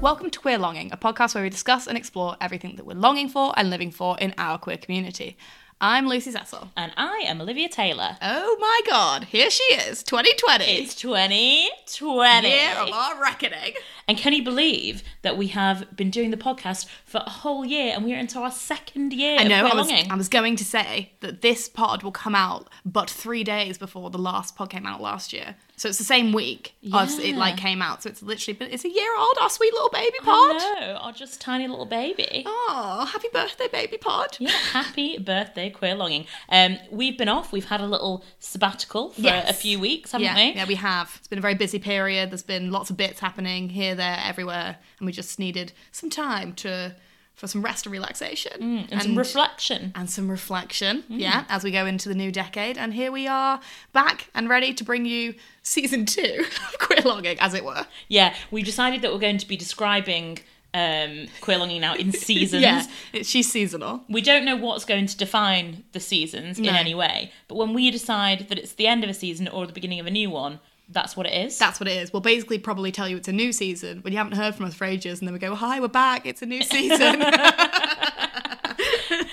Welcome to Queer Longing, a podcast where we discuss and explore everything that we're longing for and living for in our queer community. I'm Lucy Cecil. And I am Olivia Taylor. Oh my god, here she is, 2020. It's 2020. year of our reckoning. And can you believe that we have been doing the podcast for a whole year and we are into our second year I know, of I Queer was, Longing? I was going to say that this pod will come out but three days before the last pod came out last year. So it's the same week as it Yeah. like came out. So it's literally, but it's a year old, our sweet little baby I pod. know, our just tiny little baby. Oh, happy birthday, baby pod. Yeah, happy birthday, Queer Longing. Um, we've been off. We've had a little sabbatical for Yes. a few weeks, haven't yeah, we? yeah, we have. It's been a very busy period. There's been lots of bits happening here, there, everywhere, and we just needed some time to for some rest and relaxation Mm, And, some Mm. reflection. and some reflection. Yeah, as we go into the new decade, and here we are back and ready to bring you season two of Queer Logging, as it were. Yeah, we decided that we're going to be describing um, Queer Longing now in seasons. Yeah, it, she's seasonal. We don't know what's going to define the seasons No. in any way, but when we decide that it's the end of a season or the beginning of a new one, that's what it is. That's what it is. We'll basically probably tell you it's a new season when you haven't heard from us for ages, and then we go, "Hi, we're back. It's a new season."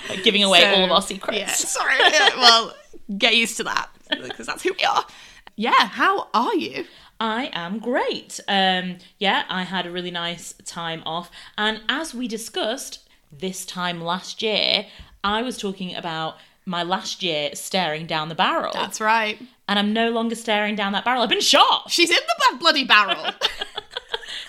like giving away So, all of our secrets. Yeah, sorry. Yeah, well, get used to that because that's who we are. Yeah, how are you? I am great. Um, yeah, I had a really nice time off. And as we discussed this time last year, I was talking about my last year staring down the barrel. That's right. and I'm no longer staring down that barrel. I've been shot, She's in the ba- bloody barrel.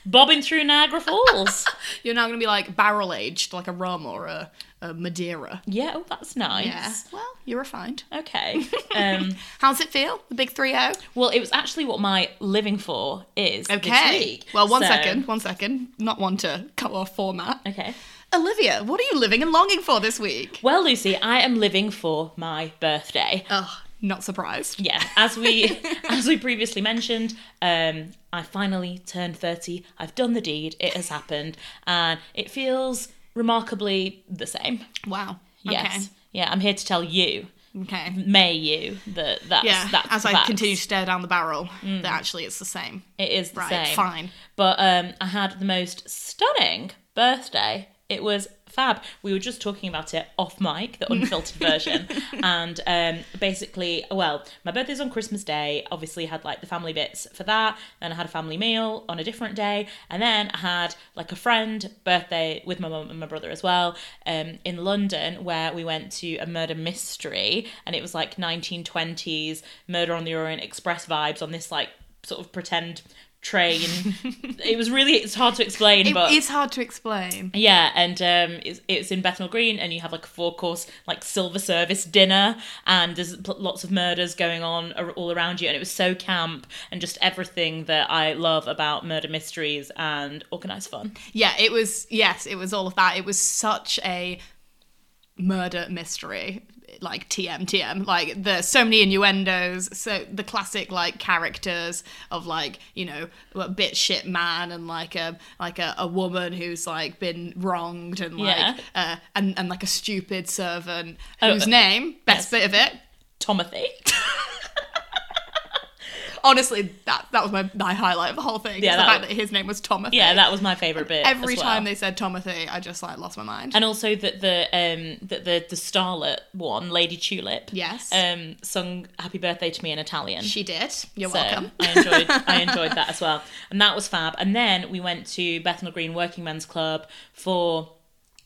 bobbing through Niagara Falls. You're now going to be like barrel aged, like a rum or a, a Madeira. yeah, oh, that's Yeah. nice. Well, you're refined. Okay. Um, How's it feel? The big 3 0? well, it was actually what my living for is. This Okay. week. Well, one So- second, one second. Not one to cut off format. Okay. Olivia, what are you living and longing for this week? Well, Lucy, I am living for my birthday. Oh, not surprised. yeah as we as we previously mentioned um i finally turned 30 i've done the deed it has happened and it feels remarkably the same Wow. yes yeah i'm here to tell you Okay. okay. may you that that's Yeah, that's as the I facts. continue to stare down the barrel, that actually it's the Mm. same. it is the Right, same fine. but um i had the most stunning birthday it was fab we were just talking about it off mic the unfiltered version and um basically well my birthday's on christmas day obviously had like the family bits for that then i had a family meal on a different day and then i had like a friend birthday with my mum and my brother as well um in london where we went to a murder mystery and it was like 1920s murder on the orient express vibes on this like sort of pretend train it was really it's hard to explain It- but it's hard to explain. yeah, and um, it's, it's in Bethnal Green, and you have like a four course, like silver service dinner, and there's pl- lots of murders going on ar- all around you. And it was so camp and just everything that I love about murder mysteries and organised fun. Yeah, it was. Yes, it was all of that. It was such a murder mystery, like TM TM. Like there's so many innuendos. So the classic like characters of like you know a bit shit man and like a like a, a woman who's like been wronged and like Yeah. uh, and and like a stupid servant Oh, whose uh, name best bit of it. Tomothy. Honestly, that that was my, my highlight of the whole thing. Yeah, Yeah, the that fact was- that his name was Thomas. Yeah, that was my favourite bit. Every as well. time they said Tomothy, I just like lost my mind. And also that the um that the the starlet one, Lady Tulip, Yes. um, sung "Happy Birthday" to me in Italian. She did. You're So eh. welcome. I enjoyed I enjoyed that as well. And that was fab. And then we went to Bethnal Green Working Men's Club for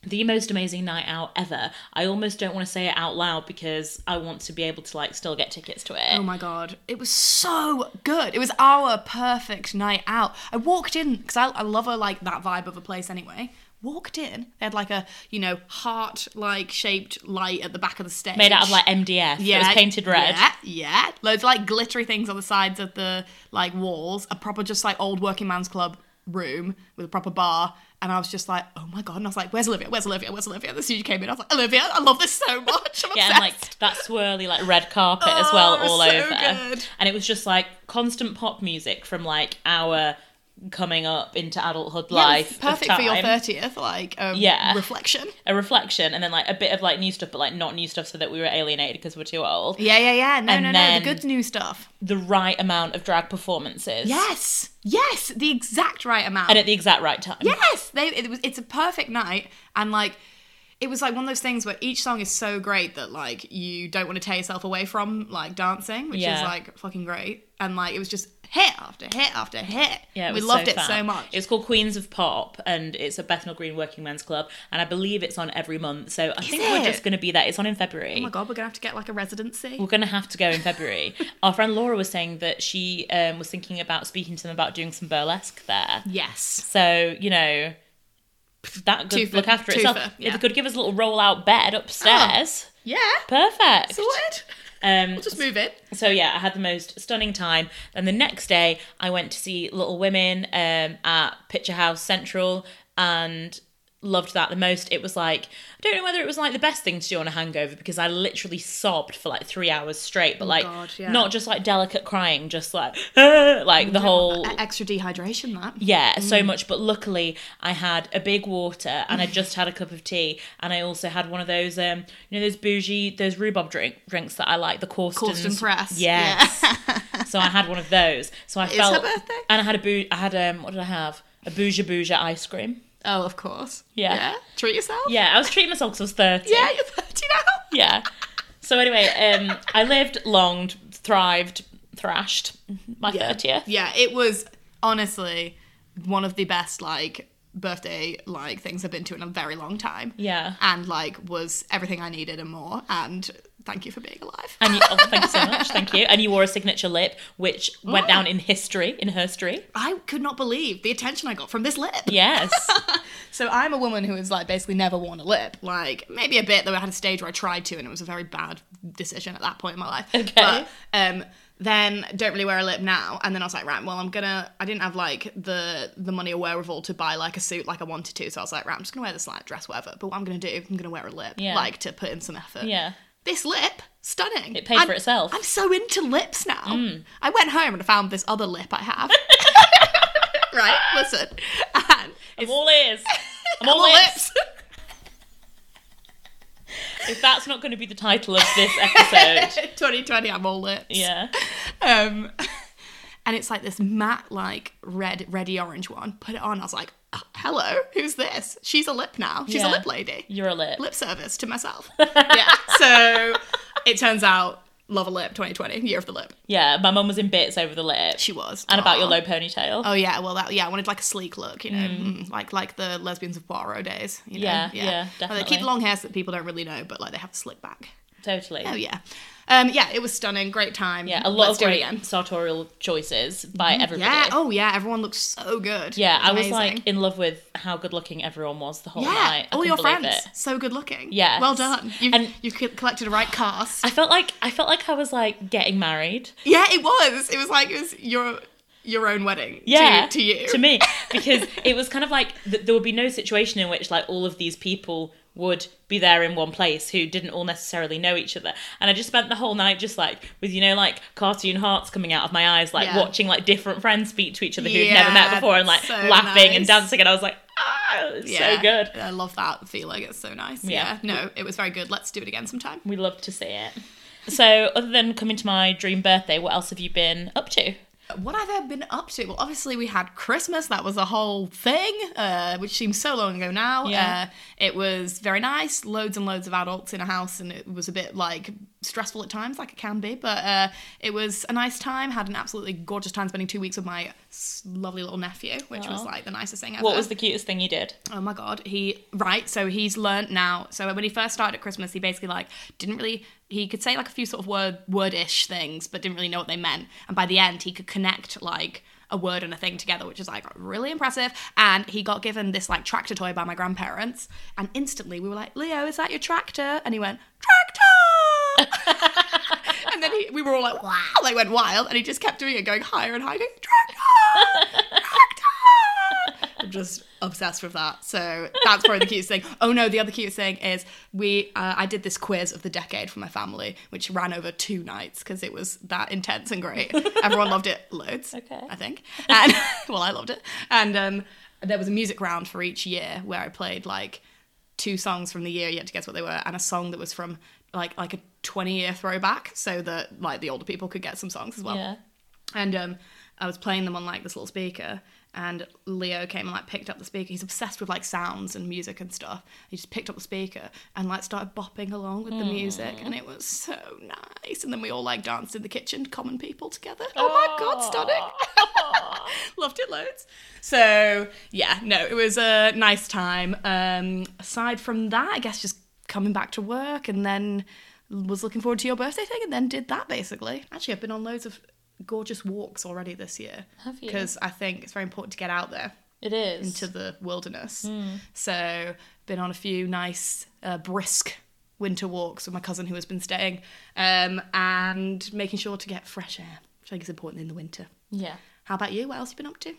the most amazing night out ever. I almost don't want to say it out loud because I want to be able to like still get tickets to it. Oh my god, it was so good. It was our perfect night out. I walked in because I, I love a, like that vibe of a place anyway. Walked in, they had like a you know heart like shaped light at the back of the stage, Made out of like MDF. it was painted red. Yeah, yeah. Loads of like glittery things on the sides of the like walls. A proper just like old working man's club room with a proper bar. And I was just like, oh my god! And I was like, where's Olivia? Where's Olivia? Where's Olivia? As soon as you came in, I was like, Olivia, I love this so much. I'm Yeah, obsessed. and like that swirly like red carpet as well Oh, it was all so over. good. And it was just like constant pop music from like our coming up into adulthood Yeah, life. of perfect for your time. 30th, like, um, Yeah. reflection. A reflection, and then like a bit of like new stuff, but like not new stuff, so that we were alienated because we're too old. Yeah, yeah, yeah. No, And no, then- no. The good new stuff. The right amount of drag performances. Yes, yes, the exact right amount. And at the exact right time. yes, they, it was. It's a perfect night, and like, it was like one of those things where each song is so great that like you don't want to tear yourself away from like dancing, which is Yeah. like fucking great. And like it was just hit after hit after hit. Yeah, it we was loved so it so fab. much. It's called Queens of Pop, and it's a Bethnal Green Working Men's Club, and I believe it's on every month. So I think it? we're just going to be there. It's on in February. oh my god, we're gonna have to get like a residency. We're going to have to go in February. Our friend Laura was saying that she um, was thinking about speaking to them about doing some burlesque there. yes. So you know that could Twofer- look after itself. twofer, If yeah. Oh. it could give us a little roll-out bed upstairs, Yeah. perfect. Sorted. Um, Just move in. so yeah, I had the most stunning time. And the next day, I went to see Little Women um, at Picture House Central and loved that the most. It was like I don't know whether it was like the best thing to do on a hangover because I literally sobbed for like three hours straight, but like Oh, God, yeah. not just like delicate crying, just like like the whole E- extra dehydration. That. yeah, Mm. so much. But luckily, I had a big water and I just had a cup of tea, and I also had one of those, um, you know, those bougie, those rhubarb drink drinks that I like, the Corstons. Corsten Press, Yes. so I had one of those. So I It's felt. her birthday. And I had a boo. I had um. What did I have? A bougie bougie ice cream. Oh, of course. Yeah. Treat yourself. Yeah, I was treating myself 'cause I was thirty. Yeah, you're 30 now. Yeah. So anyway, um, I lived, longed, thrived, thrashed my thirtieth. Mm-hmm. Yeah, it was honestly one of the best like birthday like things I've been to in a very long time. Yeah. And like was everything I needed and more. And thank you for being alive. And you, oh, thank you so much. Thank you. And you wore a signature lip, which went Oh. down in history, in herstory. I could not believe the attention I got from this lip. Yes. So I'm a woman who has like basically never worn a lip. Like maybe a bit though I had a stage where I tried to and it was a very bad decision at that point in my life. Okay. But um then don't really wear a lip now. And then I was like, right, well I'm gonna I didn't have like the the money or wherewithal to buy like a suit like I wanted to. So I was like, right, I'm just gonna wear this like dress, whatever. But what I'm gonna do, I'm gonna wear a lip. Yeah. Like to put in some effort. yeah. This lip, stunning. It paid for itself. Mm. I'm so into lips now. I went home and I found this other lip I have. right, listen. And I'm all ears. I'm all, all lips. If that's not going to be the title of this episode. 2020, I'm all lips. Yeah. Um, and it's like this matte, like red, reddy orange one. Put it on. I was like, oh, hello, who's this? She's a lip now. She's Yeah. a lip lady. You're a lip. Lip service to myself. yeah. So it turns out, love a lip 2020, year of the lip. Yeah. My mum was in bits over the lip. She was. and about your Aw. low ponytail. Oh yeah, well that yeah, I wanted like a sleek look, you know, mm. like like the lesbians of Poirot days. You know? Yeah, yeah, Like, they definitely. keep the long hair so that people don't really know, but like they have a slick back. Totally. Oh yeah, um, yeah, it was stunning, great time. Yeah. A lot Let's of do it great again. sartorial choices by everybody. Yeah. Oh yeah. Everyone looks so good. Yeah, I was Amazing. like in love with how good looking everyone was the whole yeah, night. I all couldn't your believe friends, it. so good looking. Yes. Well done. You've And- you've co- collected a right cast. I felt like I felt like I was like getting married. yeah, it was. It was like it was your your own wedding. to- yeah, To, you. to me, because it was kind of like th- there would be no situation in which like all of these people would be there in one place who didn't all necessarily know each other, and I just spent the whole night just like with you know like cartoon hearts coming out of my eyes, like Yeah. watching like different friends speak to each other who'd Yeah, never met before, and like so laughing and nice. dancing, and I was like, ah, it's Yeah. so good. I love that feeling. It's so nice. Yeah. Yeah. No, it was very good. Let's do it again sometime. We love to see it. So, other than coming to my dream birthday, what else have you been up to? What have I been up to? Well, obviously we had Christmas. That was a whole thing, uh, which seems so long ago now. Yeah. Uh, it was very nice. Loads and loads of adults in a house, and it was a bit like stressful at times, like it can be. But uh, it was a nice time. Had an absolutely gorgeous time spending two weeks with my s- lovely little nephew, which was Aw. like the nicest thing ever. What was the cutest thing you did? Oh my god, he right. So he's learnt now. So when he first started at Christmas, he basically like didn't really. He could say like a few sort of word wordish things, but didn't really know what they meant. And by the end, he could connect like a word and a thing together, which is like really impressive. And he got given this like tractor toy by my grandparents, and instantly we were like, "Leo, is that your tractor?" And he went, "Tractor." and then he, we were all like, "Wow!" They went wild, and he just kept doing it, going higher and higher, going, "Tractor, tractor." just obsessed with that. So that's probably the cutest thing. Oh no, the other cutest thing is we uh, I did this quiz of the decade for my family, which ran over two nights because it was that intense and great. Everyone loved it loads. Okay. I think. And well, I loved it. And um, there was a music round for each year where I played like two songs from the year. You had to guess what they were, and a song that was from like like a twenty year throwback, so that like the older people could get some songs as well Yeah. and um, I was playing them on like this little speaker, and Leo came and like picked up the speaker. He's obsessed with like sounds and music and stuff. He just picked up the speaker and like started bopping along with the music, and it was so nice. And then we all like danced in the kitchen, common people together. Oh my god, stunning! Loved it loads. So yeah, no, it was a nice time. Um, aside from that, I guess just coming back to work and then was looking forward to your birthday thing and then did that basically. Actually, I've been on loads of gorgeous walks already this year. Have you? Because I think it's very important to get out there It is. into the wilderness. Hmm. So been on a few nice uh, brisk winter walks with my cousin who has been staying um, and making sure to get fresh air, which I think is important in the winter. yeah. How about you? What else have you been up to?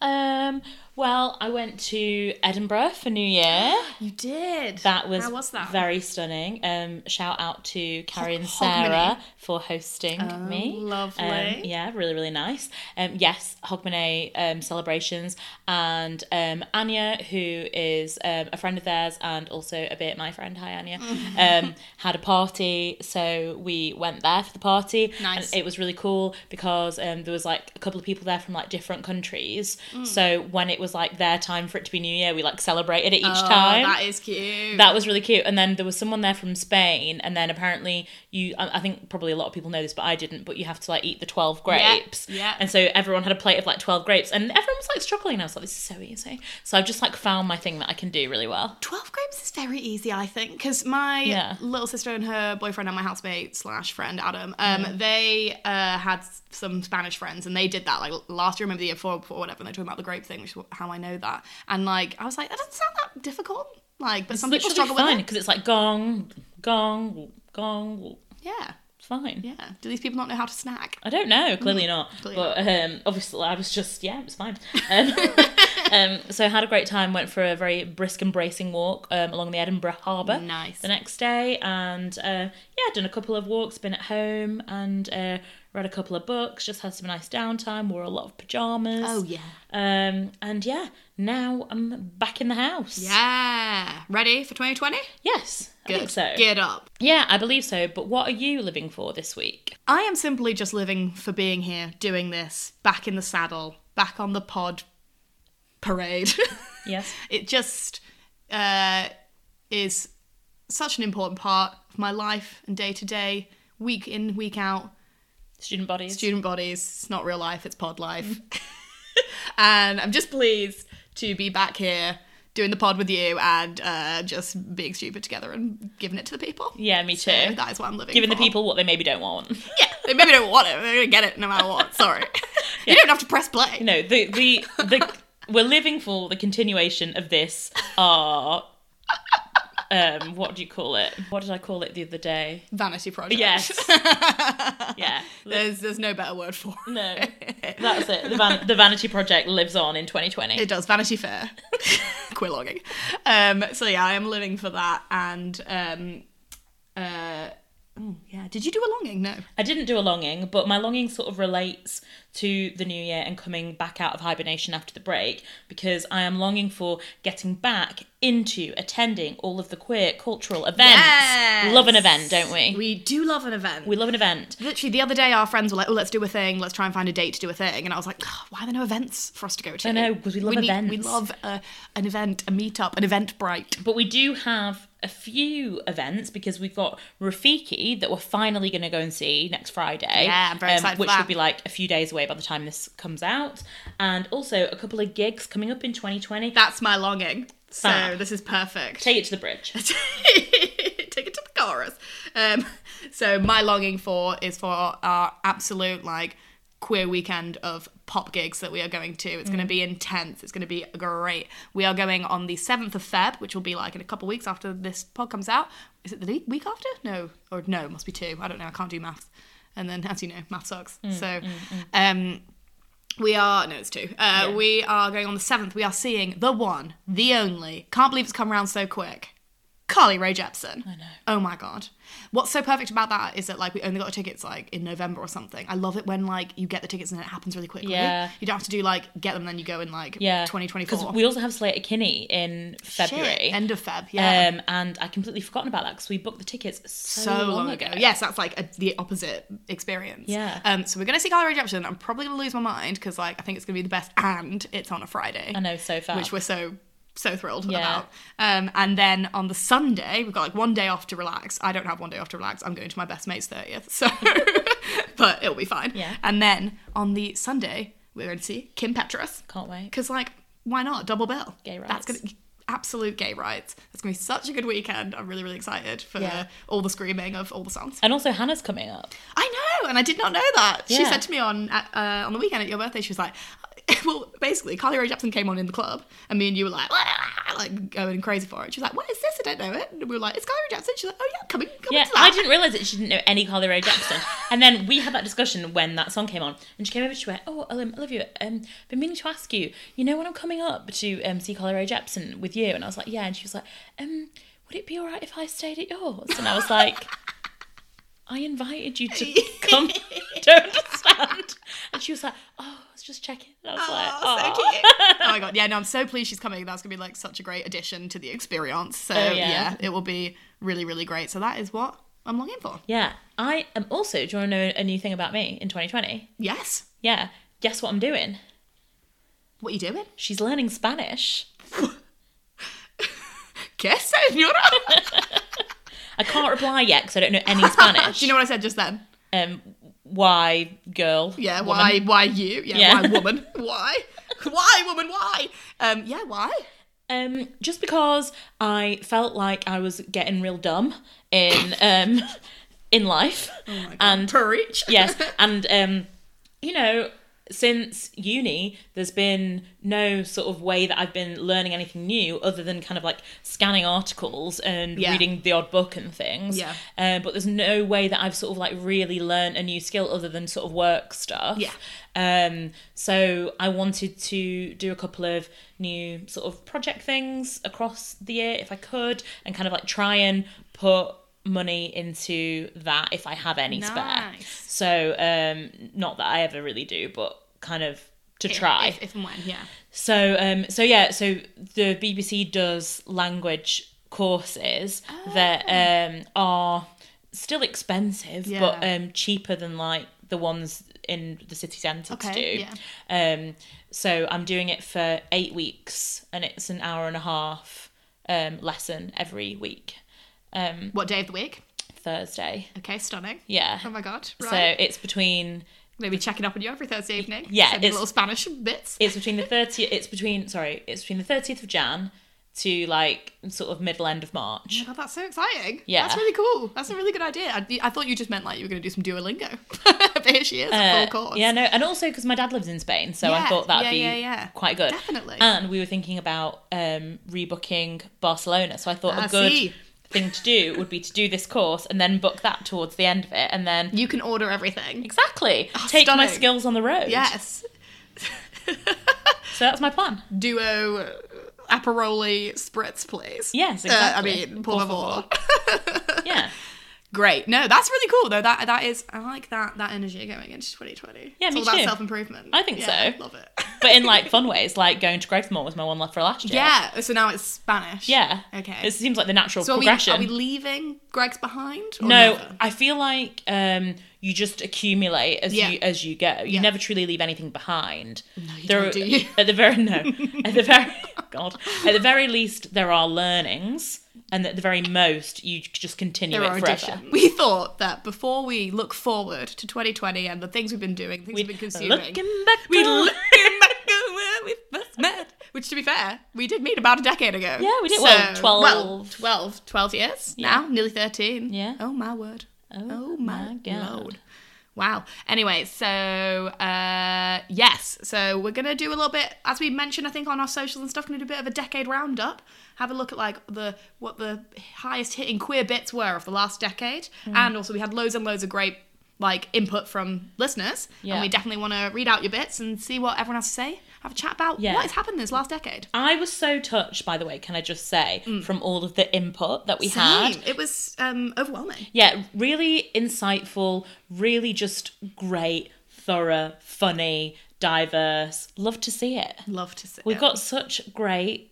Um. Well, I went to Edinburgh for New Year. You did. That was, How was that? very stunning. Um, shout out to Carrie and Hogmanay. Oh, Sarah for hosting me. lovely. Um, yeah, really, really nice. Um, yes, Hogmanay um, celebrations and um, Anya, who is um, a friend of theirs and also a bit my friend. Hi, Anya. um, had a party, so we went there for the party. Nice. And it was really cool because um, there was like a couple of people there from like different countries. Mm. So when it was like their time for it to be New Year, we like celebrated it each Oh, time. that is cute. That was really cute. And then there was someone there from Spain, and then apparently you, I I think probably a lot of people know this, but I didn't. But you have to like eat the twelve Yeah, grapes. yeah. And so everyone had a plate of like twelve grapes, and everyone was like struggling. And I was like, this is so easy. So I've just like found my thing that I can do really well. 12 grapes is very easy, I think, because my Yeah. little sister and her boyfriend and my housemate slash friend Adam, um, Mm-hmm. they uh, had s- some Spanish friends and they did that like l- last year, maybe the year before, before whatever, and they're talking about the grape thing, which is wh- how I know that. And like, I was like, that doesn't sound that difficult. Like, but some people Literally struggle fine with it. because it's like gong, gong, gong. Yeah, It's fine. yeah. Do these people not know how to snack? I don't know, clearly not. Mm. clearly but um, obviously, I was just yeah, it was fine. Um, um, so I had a great time. Went for a very brisk and bracing walk um, along the Edinburgh Harbour. Nice. The next day, and uh, yeah, done a couple of walks. Been at home and uh, read a couple of books. Just had some nice downtime. Wore a lot of pajamas. Oh, yeah. Um, and yeah, now I'm back in the house. Yeah. Ready for 2020? Yes. I think so. Geared up. Yeah, I believe so. But what are you living for this week? I am simply just living for being here, doing this, back in the saddle, back on the pod parade. Yes. it just uh, is such an important part of my life and day to day, week in, week out. Student bodies. Student bodies, it's not real life, it's pod life. Mm. and I'm just pleased to be back here doing the pod with you and uh, just being stupid together and giving it to the people. yeah, me too. So that is what I'm living Giving the for. people what they maybe don't want. Yeah, they maybe don't want it. They're gonna get it no matter what. Sorry, you don't have to press play. No, the the the we're living for the continuation of this our um what do you call it? What did I call it the other day? Vanity project. Yes. Yeah. there's there's no better word for it. No. That's it. The van- the vanity project lives on in 2020. It does Vanity Fair. Queer logging. Um, so yeah, I am living for that. And um, uh, oh, yeah, did you do a longing? No. I didn't do a longing, but my longing sort of relates to the new year and coming back out of hibernation after the break because I am longing for getting back into attending all of the queer cultural events. Yes. Love an event, don't we? We do love an event. We love an event. Literally the other day, our friends were like, "Oh, let's do a thing. Let's try and find a date to do a thing." And I was like, "Ugh, "Why are there no events for us to go to?" I know, 'cause we love events. we love uh, an event, a meetup, an event bright. But we do have a few events because we've got Rafiki that we're finally going to go and see next Friday. um, Yeah, I'm very excited for Which that. will be like a few days away by the time this comes out. And also a couple of gigs coming up in 2020. That's my longing. So Fab. this is perfect. Take it to the bridge. Take it to the chorus. Um, so my longing for is for our absolute like queer weekend of pop gigs that we are going to. It's going to be intense. It's going to be great. We are going on the seventh of Feb, which will be like in a couple weeks after this pod comes out. Is it the le- week after? No, or no, it must be two. I don't know. I can't do maths. And then, as you know, math sucks. so, um, We are no, it's two. Uh, Yeah. We are going on the seventh. We are seeing the one, the only. Can't believe it's come round so quick. Carly Rae Jepsen. I know. Oh my god. What's so perfect about that is that like we only got tickets like in November or something. I love it when like you get the tickets and it happens really quickly. Yeah. You don't have to do like get them then you go in like Yeah. 2024. We also have Slater Kinney in February. Shit, End of Feb. Yeah. Um, and I completely forgotten about that because we booked the tickets so, so long, ago. Yes, that's like a, the opposite experience. Yeah. Um. So we're gonna see Carly Rae Jepsen. I'm probably gonna lose my mind because like I think it's gonna be the best, and it's on a Friday. I know, so far. which we're so so thrilled Yeah. about. Um, and then on the Sunday, we've got like one day off to relax. I don't have one day off to relax. I'm going to my best mate's thirtieth, so but it'll be fine. Yeah. And then on the Sunday, we're going to see Kim Petras Can't wait. because like why not double bill? Gay rights. That's gonna absolute gay rights. It's gonna be such a good weekend. I'm really really excited for Yeah. all the screaming of all the songs. And also Hannah's coming up. I know, and I did not know that. She Yeah. said to me on at, uh, on the weekend at your birthday, she was like, "Well, basically, Carly Rae Jepsen came on in the club, and me and you were like, like going crazy for it." She was like, "What is this? I don't know it." And we were like, "It's Carly Rae Jepsen." She's like, "Oh yeah, coming, coming Yeah, to I that." didn't realise that she didn't know any Carly Rae Jepsen. and then we had that discussion when that song came on, and she came over. She went, "Oh, um, Olivia, um, been meaning to ask you. You know when I'm coming up to um see Carly Rae Jepsen with you?" And I was like, "Yeah," and she was like, "Um, would it be all right if I stayed at yours?" And I was like. I invited you to come. I Don't understand. And she was like, "Oh, I was just checking." And I was like, Oh, "Oh, so cute. oh my god, yeah, no, I'm so pleased she's coming. That's gonna be like such a great addition to the experience. So Oh, yeah. yeah. it will be really, really great. So that is what I'm longing for. yeah." I am also. Do you want to know a new thing about me in 2020? Yes. Yeah. Guess what I'm doing? What are you doing? She's learning Spanish. ¿Qué, señora? I can't reply yet because I don't know any Spanish. Do you know what I said just then? Um, why, girl? Yeah, woman? why why you? Yeah, Yeah. why woman? Why? Why woman? Why? Um yeah, why? Um, just because I felt like I was getting real dumb in um, in life, Oh, and Preach. yes, and um, you know, since uni, there's been no sort of way that I've been learning anything new other than kind of like scanning articles and Yeah. reading the odd book and things. Yeah. Uh, but there's no way that I've sort of like really learned a new skill other than sort of work stuff. Yeah. Um, so I wanted to do a couple of new sort of project things across the year if I could, and kind of like try and put money into that if I have any spare. Nice. So um, not that I ever really do, but kind of to try. If, if and when, yeah. So um so yeah, so the BBC does language courses that um are still expensive but Ah. Yeah. um cheaper than like the ones in the city centre to Okay, do. Um so I'm doing it for 8 weeks and it's an hour and a half um lesson every week What day of the week? Thursday. Okay, stunning. Yeah. Oh my god. So Right. it's between Maybe checking up on you every Thursday evening. Yeah, Send me it's- little Spanish bits. it's between the 30th it's between sorry, it's between the 30th of Jan to like sort of middle end of March. God, Oh, that's so exciting. Yeah. That's really cool. That's a really good idea. I, I thought you just meant like you were going to do some Duolingo. but here she is, Uh, full course. Yeah, no, and also because my dad lives in Spain, so I Oh, Yeah, thought that'd yeah, be yeah, yeah. quite good. Definitely. And we were thinking about um, rebooking Barcelona, so I thought a Ah, good see. thing to do would be to do this course and then book that towards the end of it, and then You can order everything. exactly take my Ah, stunning. skills on the road. Yes. so that's my plan. Duo uh, Aperoli spritz, please. Yes, Uh, I exactly. mean, por favor. Yeah, Great. No, that's really cool though. That that is I like that that energy going into 2020. Yeah, it's me all too. about self improvement. I think so. Love it. but in like fun ways, like going to Gregmore was my one left for last year. yeah. So now it's Spanish. yeah. Okay. It seems like the natural so are we, progression. are we leaving Greg's behind? Or No, never? I feel like um, you just accumulate as Yeah. you as you go. You Yeah. never truly leave anything behind. No, you don't, do you? At the very no, at the very oh God, at the very least, there are learnings, and at the very most, you just continue There it are forever. addition. We thought that before we look forward to 2020 and the things we've been doing, things We- we've been consuming, Looking back, oh, we on- looking back at where we first met. Which, to be fair, we did meet about a decade ago. Yeah, we did. Well, 12. well, 12, 12 years now, nearly 13. Yeah. Oh, my word. Oh, Oh, my, my God. Lord. Wow. Anyway, so uh yes, so we're gonna do a little bit, as we mentioned, I think on our socials and stuff, gonna do a bit of a decade roundup. Have a look at like the Hmm. what the highest hitting queer bits were of the last decade, and also we had loads and loads of great like input from listeners, Yeah. and we definitely want to read out your bits and see what everyone has to say. Have a chat about Yeah. what has happened this last decade. I was so touched, by the way, can I just say, from all of the input that we had. Mm. Same. It was um, overwhelming. Yeah, really insightful, really just great, thorough, funny, diverse. Love to see it. Love to see. We've it. got such great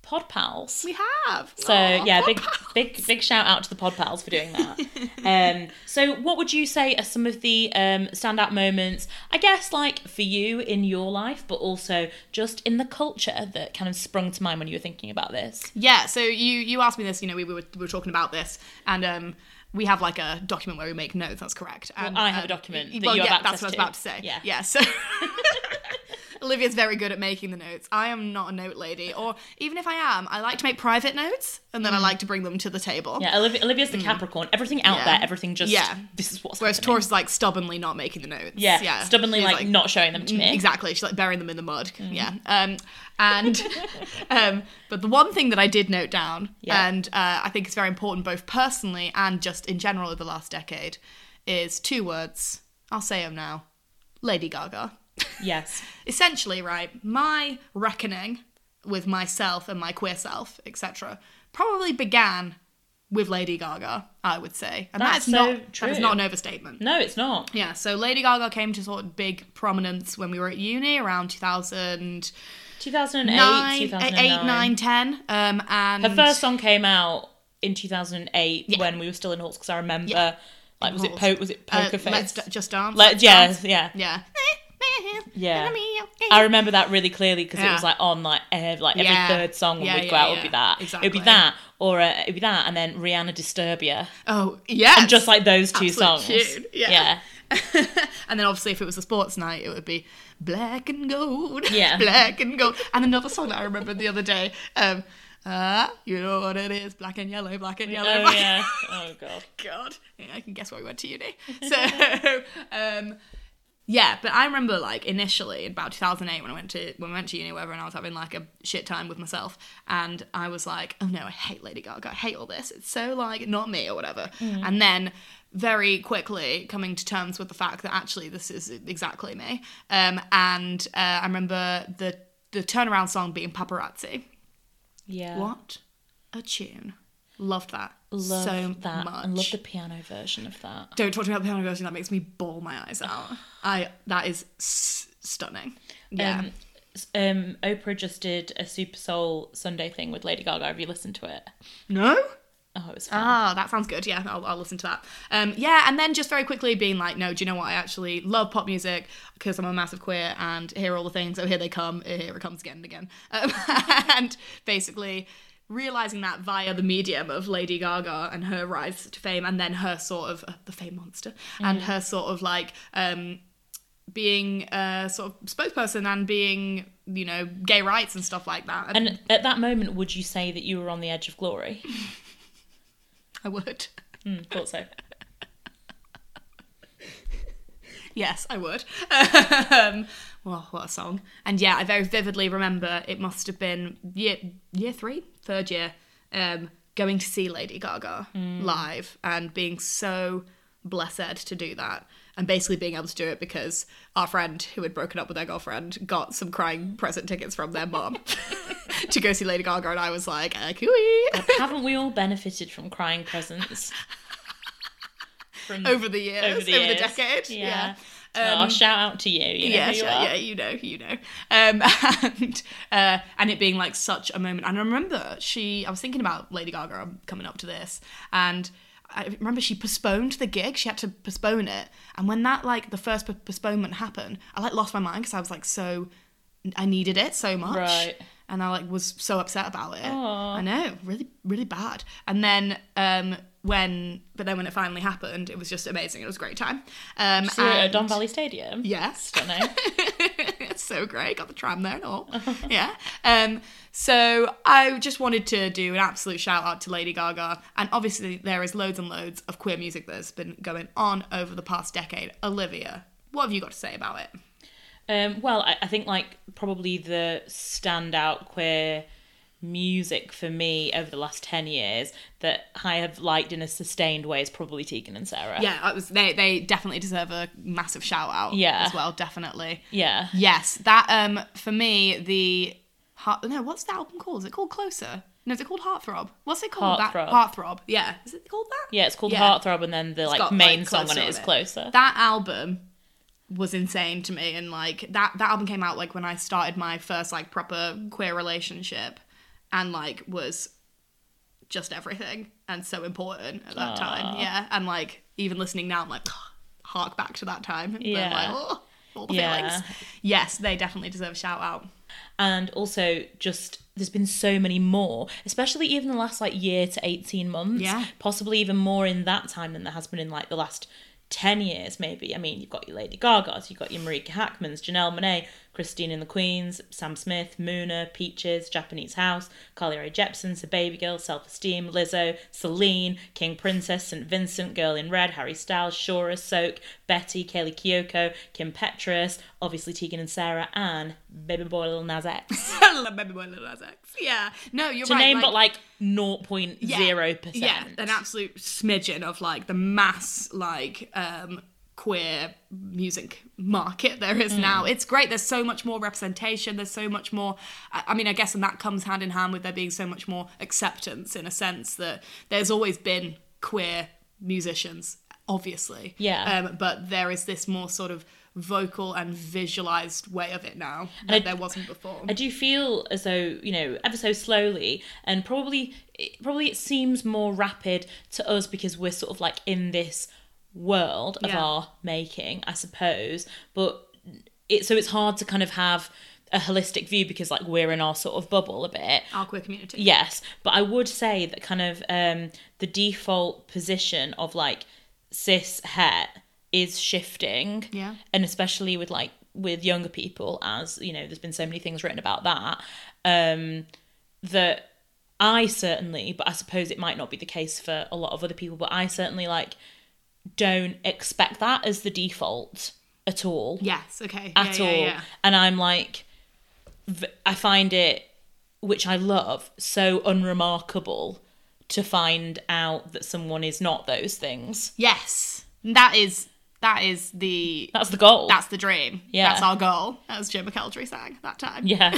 pod pals. We have. So Aw, yeah, what big about- big big shout out to the pod pals for doing that. um, so what would you say are some of the um, standout moments? I guess like for you in your life, but also just in the culture that kind of sprung to mind when you were thinking about this. Yeah, so you you asked me this, you know, we, were we were talking about this, and um, we have like a document where we make notes. That's correct. And, I have a um, document y- that you have yeah, access that's what to. I was about to say. Yeah. yeah. So Olivia's very good at making the notes. I am not a note lady, or even if I am, I like to make private notes, and Mm. then I like to bring them to the table. Yeah, Olivia, Olivia's the Capricorn. Everything Mm. out Yeah. there, everything just Yeah. this is what's Whereas happening. Taurus is like stubbornly not making the notes. Yeah, stubbornly She's like, not Mm. showing them to mm, me. Exactly. She's like burying them in the mud. Yeah. Um, and um, but the one thing that I did note down, Yeah. and uh, I think it's very important both personally and just in general over the last decade, is two words. I'll say them now. Lady Gaga. Yes. Essentially, right. My reckoning with myself and my queer self, etc., probably began with Lady Gaga. I would say, and that's, That's so not that is true. not an overstatement. No, it's not. Yeah, so Lady Gaga came to sort of big prominence when we were at uni around 2008, 2008, 8, 2009. 9, 10. Um, and Her first song came out in 2008 Yeah. when we were still in Hawks because I remember, Yeah. like, was it Hawks. po- was it uh, Poker Face? Let's D- Just Dance. Let- yeah, yeah, Yeah. Yeah. I I remember that really clearly because it Yeah. was like on like ev- like every Yeah. third song when Yeah, we'd go yeah, out it would be yeah. that. It would Exactly. be that or uh, it would be that and then Rihanna Disturbia. oh, yeah. Just like those two Absolute songs. tune, yeah. yeah. and then obviously, if it was a sports night, it would be black and gold. Yeah. black and gold. And another song that I remembered the other day. Um, uh, you know what it is, black and yellow, black and yellow. Oh black- yeah. Oh god. God, Yeah, I can guess why we went to uni. So, um, yeah, but I remember like initially in about 2008 when I went to when I went to uni, wherever, and I was having like a shit time with myself, and I was like, oh no, I hate Lady Gaga, I hate all this. It's so like not me or whatever. Mm. And then very quickly coming to terms with the fact that actually this is exactly me. Um, and uh, I remember the the turnaround song being Paparazzi. Yeah. What a tune! Loved that Love so that. much. And love the piano version of that. Don't talk to me about the piano version. That makes me bawl my eyes out. I that is s- stunning. Yeah. Um, s- um, Oprah just did a Super Soul Sunday thing with Lady Gaga. Have you listened to it? no. Oh, it was fun. Ah, that sounds good. Yeah, I'll, I'll listen to that. Um, yeah, and then just very quickly being like, no, do you know what? I actually love pop music because I'm a massive queer and hear all the things. Oh, here they come. Eh, Here it comes again and again. Um, and basically realizing that via the medium of Lady Gaga and her rise to fame, and then her sort of uh, the fame monster and her sort of like um, being a sort of spokesperson and being you know gay rights and stuff like that. And and at that moment, would you say that you were on the edge of glory? I would. Hmm, thought so. Yes, I would. um, well, what a song. And yeah, I very vividly remember it must have been year year three, third year, um, going to see Lady Gaga live and being so blessed to do that. And basically being able to do it because our friend who had broken up with their girlfriend got some crying present tickets from their mom to go see Lady Gaga, and I was like, uh, cooey. Haven't we all benefited from crying presents? From over the years, over the, years. decade, Yeah. yeah. Um, Well, I'll shout out to you. you know yeah, who you sure, are. yeah, you know, you know, um, and uh, and it being like such a moment. And I remember she, I was thinking about Lady Gaga um, coming up to this, and I remember she postponed the gig. She had to postpone it, and when that like the first p- postponement happened, I like lost my mind because I was like so, I needed it so much, Right. and I like was so upset about it. Aw. I know, really, really bad. And then um when, but then when it finally happened, it was just amazing. It was a great time. Um, So you're at and- Don Valley Stadium. Yes Don't know. it's so great. Got the tram there and all. yeah. Um, so I just wanted to do an absolute shout out to Lady Gaga. And obviously, there is loads and loads of queer music that's been going on over the past decade. Olivia, what have you got to say about it? Um, well, I, I think like probably the standout queer music for me over the last 10 years that I have liked in a sustained way is probably Tegan and Sarah. Yeah, I was they they definitely deserve a massive shout out Yeah. as well, definitely. Yeah. Yes, that um for me the heart no, what's that album called? Is it called Closer? No, is it called Heartthrob? What's it called? Heartthrob. That Heartthrob. Yeah. Is it called that? Yeah, it's called Yeah. Heartthrob and then the like got, main like, song on Closer it on is it. Closer. That album was insane to me and like that that album came out like when I started my first like proper queer relationship and like was just everything and so important at that time. Yeah. And like even listening now I'm like hark back to that time. And Yeah. yeah. like, oh, all the Yeah. feelings. Yes, they definitely deserve a shout out. and also just there's been so many more especially even the last like year to 18 months Yeah. possibly even more in that time than there has been in like the last 10 years maybe i mean you've got your lady gagas you've got your marika hackmans janelle monet christine and the queens sam smith moona peaches japanese house carly rae jepsen so baby girl self-esteem lizzo celine king princess st vincent girl in red harry styles shora soak betty kaylee kyoko kim petras obviously tegan and sarah and baby boy lil nas x Baby boy, Lil Nas X. Yeah. No, you're to right. name like- but like 0.0%. Yeah, an absolute smidgen of like the mass like um queer music market there Mm. is now. It's great. There's so much more representation. There's so much more. I I mean, I guess and that comes hand in hand with there being so much more acceptance in a sense that there's always been queer musicians, obviously. Yeah. Um, but there is this more sort of vocal and visualized way of it now that I- there wasn't before. I do feel as though, you know, ever so slowly and probably it, probably it seems more rapid to us because we're sort of like in this world of Yeah. our making, I suppose, but it so it's hard to kind of have a holistic view because like we're in our sort of bubble a bit. Our queer community. Yes, but I would say that kind of um, the default position of like cis het is shifting. Yeah. and especially with like with younger people, as you know, there's been so many things written about that. Um, that I certainly, but I suppose it might not be the case for a lot of other people, but I certainly like don't expect that as the default at all Yes. Okay. at yeah, all. Yeah, yeah. And I'm like, v- I find it, which I love, so unremarkable to find out that someone is not those things. Yes, that is that is the That's the goal. that's the dream. Yeah. that's our goal. As Jim McKeldry sang that time. yeah.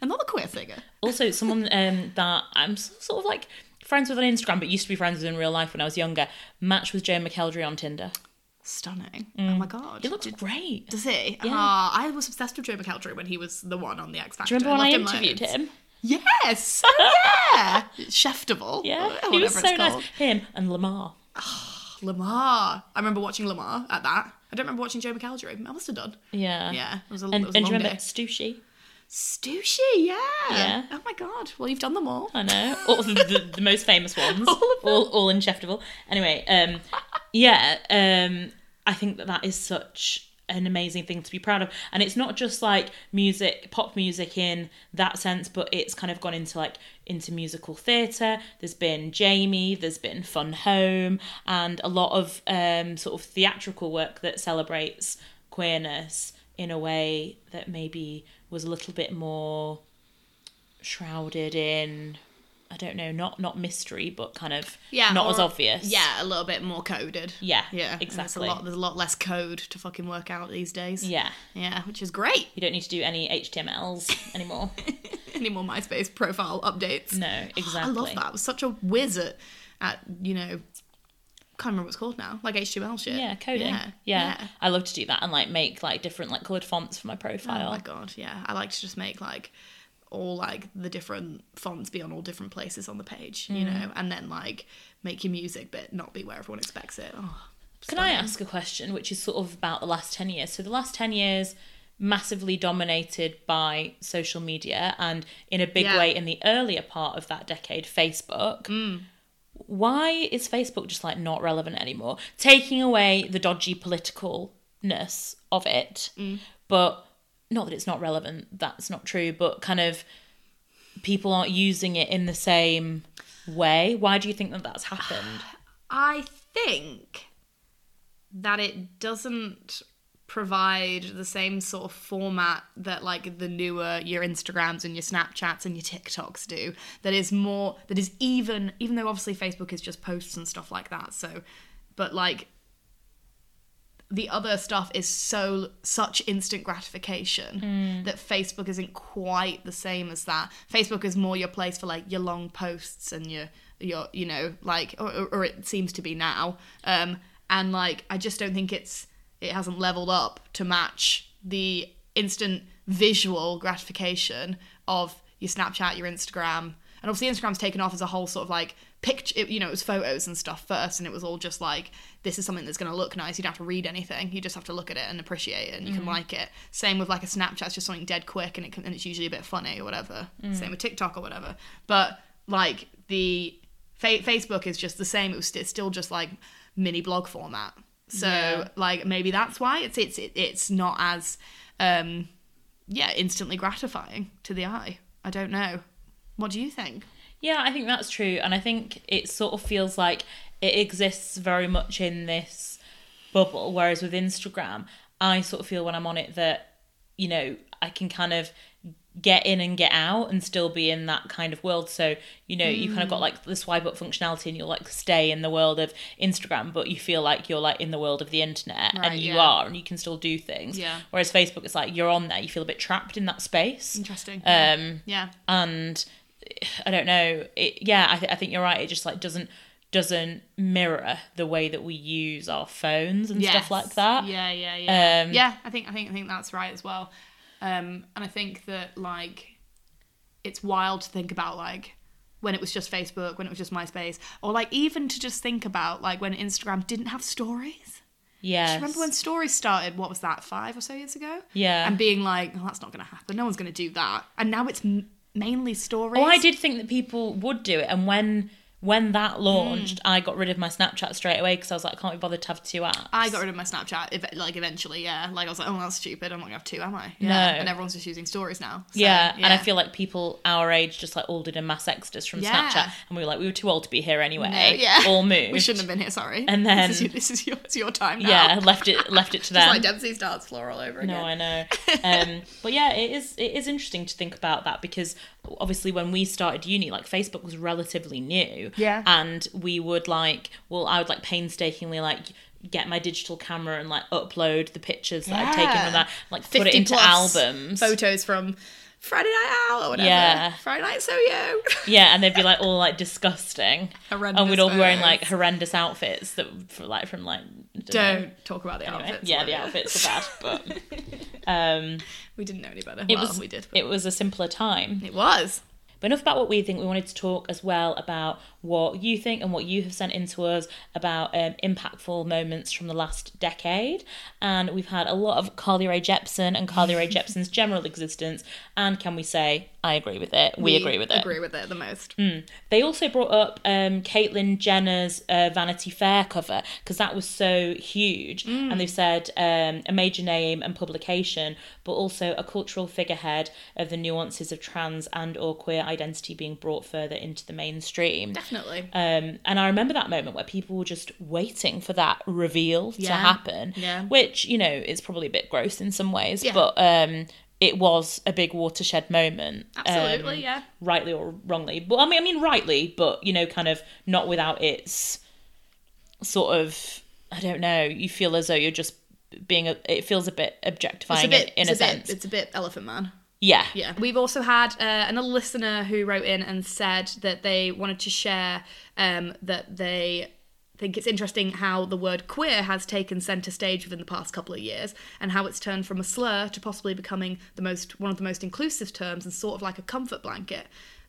another queer singer. also, someone um, that I'm s- sort of like friends with on Instagram, but used to be friends with in real life when I was younger, matched with Joe McKeldry on Tinder. Stunning. Mm. Oh my god. He looks great. Does he? Yeah. I was obsessed with Joe McKeldry when he was the one on the X Factor. Remember when I loved him Oh, interviewed loads. him? Yes. Oh, yeah. Sheftable. or Yeah, he was oh, whatever it's so nice. called. Him and Lamar. Lamar. I remember watching Lamar at that. I don't remember watching Joe McKeldry. I must have done. Yeah. Yeah. It was a, Uh, And, it was a and do you long remember day. Stushy? Stushy, Yeah. yeah. Oh my god. Well, you've done them all. I know. All the, the, the most famous ones. All of them. All, all in Sheftable. Anyway, um, yeah, um, I think that that is such an amazing thing to be proud of. And it's not just like music, pop music in that sense, but it's kind of gone into like into musical theatre. There's been Jamie, there's been Fun Home, and a lot of um, sort of theatrical work that celebrates queerness in a way that maybe was a little bit more shrouded in I don't know, not not mystery, but kind of yeah, not as or- obvious. Yeah, a little bit more coded. Yeah, yeah, There's a exactly. lot. There's a lot less code to fucking work out these days. Yeah. yeah, which is great. You don't need to do any HTMLs anymore. Any more MySpace profile updates? no, I exactly. love that. I was such a whiz at, at you know, can't remember what it's called now. Like HTML shit. Yeah, coding. Yeah, I love to do that and like make like different like coloured fonts for my Oh profile. my god, yeah. I like to just make like all like the different fonts be on all different places on the page, you Mm. know, and then like make your music but not be where everyone expects it. Oh, Can I ask a question which is sort of about the last 10 years? So, the last 10 years, massively dominated by social media and in a big Yeah. way in the earlier part of that decade, Facebook. Why is Facebook just like not relevant anymore? Taking away the dodgy politicalness of it, but not that it's not relevant, that's not true, but kind of people aren't using it in the same way. Why do you think that that's happened? I think that it doesn't provide the same sort of format that like the newer your Instagrams and your Snapchats and your TikToks do. That is more that is even even though obviously Facebook is just posts and stuff like that. So, but like the other stuff is so such instant gratification that Facebook isn't quite the same as that. Facebook is more your place for like your long posts and your your you know like or, or- or it seems to be now. Um, and like I just don't think it's it hasn't leveled up to match the instant visual gratification of your Snapchat, your Instagram. And obviously, Instagram's taken off as a whole sort of like picture, you know, it was photos and stuff first, and it was all just like, this is something that's going to look nice. You don't have to read anything. You just have to look at it and appreciate it, and you can like it. Same with like a Snapchat, it's just something dead quick, and, it can, and it's usually a bit funny or whatever. Same with TikTok or whatever. But like the fa- Facebook is just the same. It was it's still just like mini blog format. So Yeah. like maybe that's why it's it's it, it's not as um yeah instantly gratifying to the eye. I don't know. What do you think? Yeah, I think that's true. And I think it sort of feels like it exists very much in this bubble. Whereas with Instagram, I sort of feel when I'm on it that, you know, I can kind of get in and get out and still be in that kind of world. So, you know, you kind of got Mm. like the swipe up functionality and you'll like stay in the world of Instagram, but you feel like you're like in the world of the internet Right, and you yeah. are and you can still do things. Yeah. Whereas Facebook, it's like you're on there, you feel a bit trapped in that space. Interesting. Um, yeah. and I don't know. It, yeah, I, th- I think you're right. It just like doesn't doesn't mirror the way that we use our phones and stuff like that. Yeah, yeah, yeah. Um, yeah, I think I think I think that's right as well. Um, and I think that like it's wild to think about like when it was just Facebook, when it was just MySpace, or like even to just think about like when Instagram didn't have stories. Do Yeah. you remember when stories started? What was that? Five or so years ago. Yeah. And being like, oh, that's not going to happen. No one's going to do that. And now it's m- mainly stories. Oh, I did think that people would do it, and when when Hmm. that launched, I got rid of my Snapchat straight away because I was like, I can't be bothered to have two apps. I got rid of my Snapchat, ev- like eventually, yeah. Like I was like, oh, that's stupid. I'm not gonna have two, am I? Yeah. No. And everyone's just using stories now. So, yeah, and I feel like people our age just like all did a mass exodus from Yeah. Snapchat, and we were like, we were too old to be here anyway. No, yeah. all moved. We shouldn't have been here. Sorry. And then- this is, your- this is your, it's your time now. Yeah, left it left it to them. Just like Dempsey's dance floor all over again. No, I know. Um, but yeah, it is it is interesting to think about that because obviously when we started uni, like Facebook was relatively new. Yeah. And we would like, well, I would like painstakingly like get my digital camera and like upload the pictures that I've taken Yeah. from that, like put it into plus albums. Photos from Friday night out or whatever. Yeah. Friday night so yo. Yeah, and they'd be like all like disgusting, Horrendous and we'd all be wearing photos. like horrendous outfits that for, like from like I don't know. Don't talk about the Anyway, outfits. yeah, were the we? outfits are bad, but um, We didn't know any better. it well, was we did. it was a simpler time. It was. But enough about what we think. We wanted to talk as well about what you think and what you have sent in to us about um, impactful moments from the last decade. And we've had a lot of Carly Rae Jepsen and Carly Rae Jepsen's general existence. And can we say, I agree with it. We, agree with it. Mm. Agree with it the most. They also brought up um, Caitlyn Jenner's uh, Vanity Fair cover because that was so huge. Mm. And they said um, a major name and publication, but also a cultural figurehead of the nuances of trans and or queer identity being brought further into the mainstream. Definitely. Um, and I remember that moment where people were just waiting for that reveal to Yeah. happen, Yeah. which you know is probably a bit gross in some ways, Yeah. but um, it was a big watershed moment. um, Absolutely, yeah. rightly or wrongly. But I mean, I mean, rightly, but you know, kind of not without its sort of. I don't know. You feel as though you're just being. A, it feels a bit It's a objectifying bit. in, in a, it's bit- sense. it's a bit Elephant Man. yeah. Yeah. We've also had uh, another listener who wrote in and said that they wanted to share um, that they think it's interesting how the word queer has taken centre stage within the past couple of years and how it's turned from a slur to possibly becoming the most one of the most inclusive terms and sort of like a comfort blanket.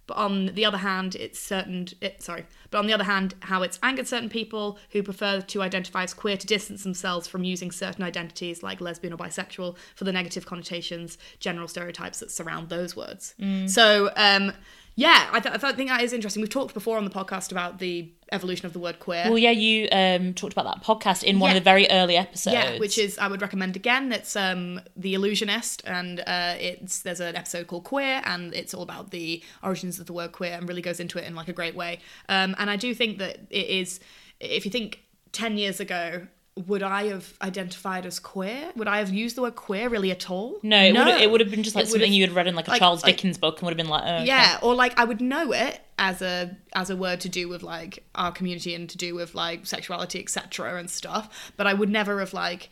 But on the other hand, it's certain. It, sorry, but on the other hand, how it's angered certain people who prefer to identify as queer to distance themselves from using certain identities like lesbian or bisexual for the negative connotations, general stereotypes that surround those words. So, um, yeah, I, th- I th- think that is interesting. We've talked before on the podcast about the evolution of the word queer. Well, yeah. You um, talked about that podcast in one Yeah. of the very early episodes. Yeah, which is I would recommend again. It's um the illusionist, and uh, it's there's an episode called Queer, and it's all about the origins of the word queer, and really goes into it in like a great way. Um, and I do think that it is, if you think ten years ago, would I have identified as queer? Would I have used the word queer really at all? No, it, Would, it would have been just like It would something have- you had read in like a like- Charles like- Dickens book and would have been like, oh, okay. yeah or like i would know it as a as a word to do with like our community and to do with like sexuality etc and stuff but i would never have like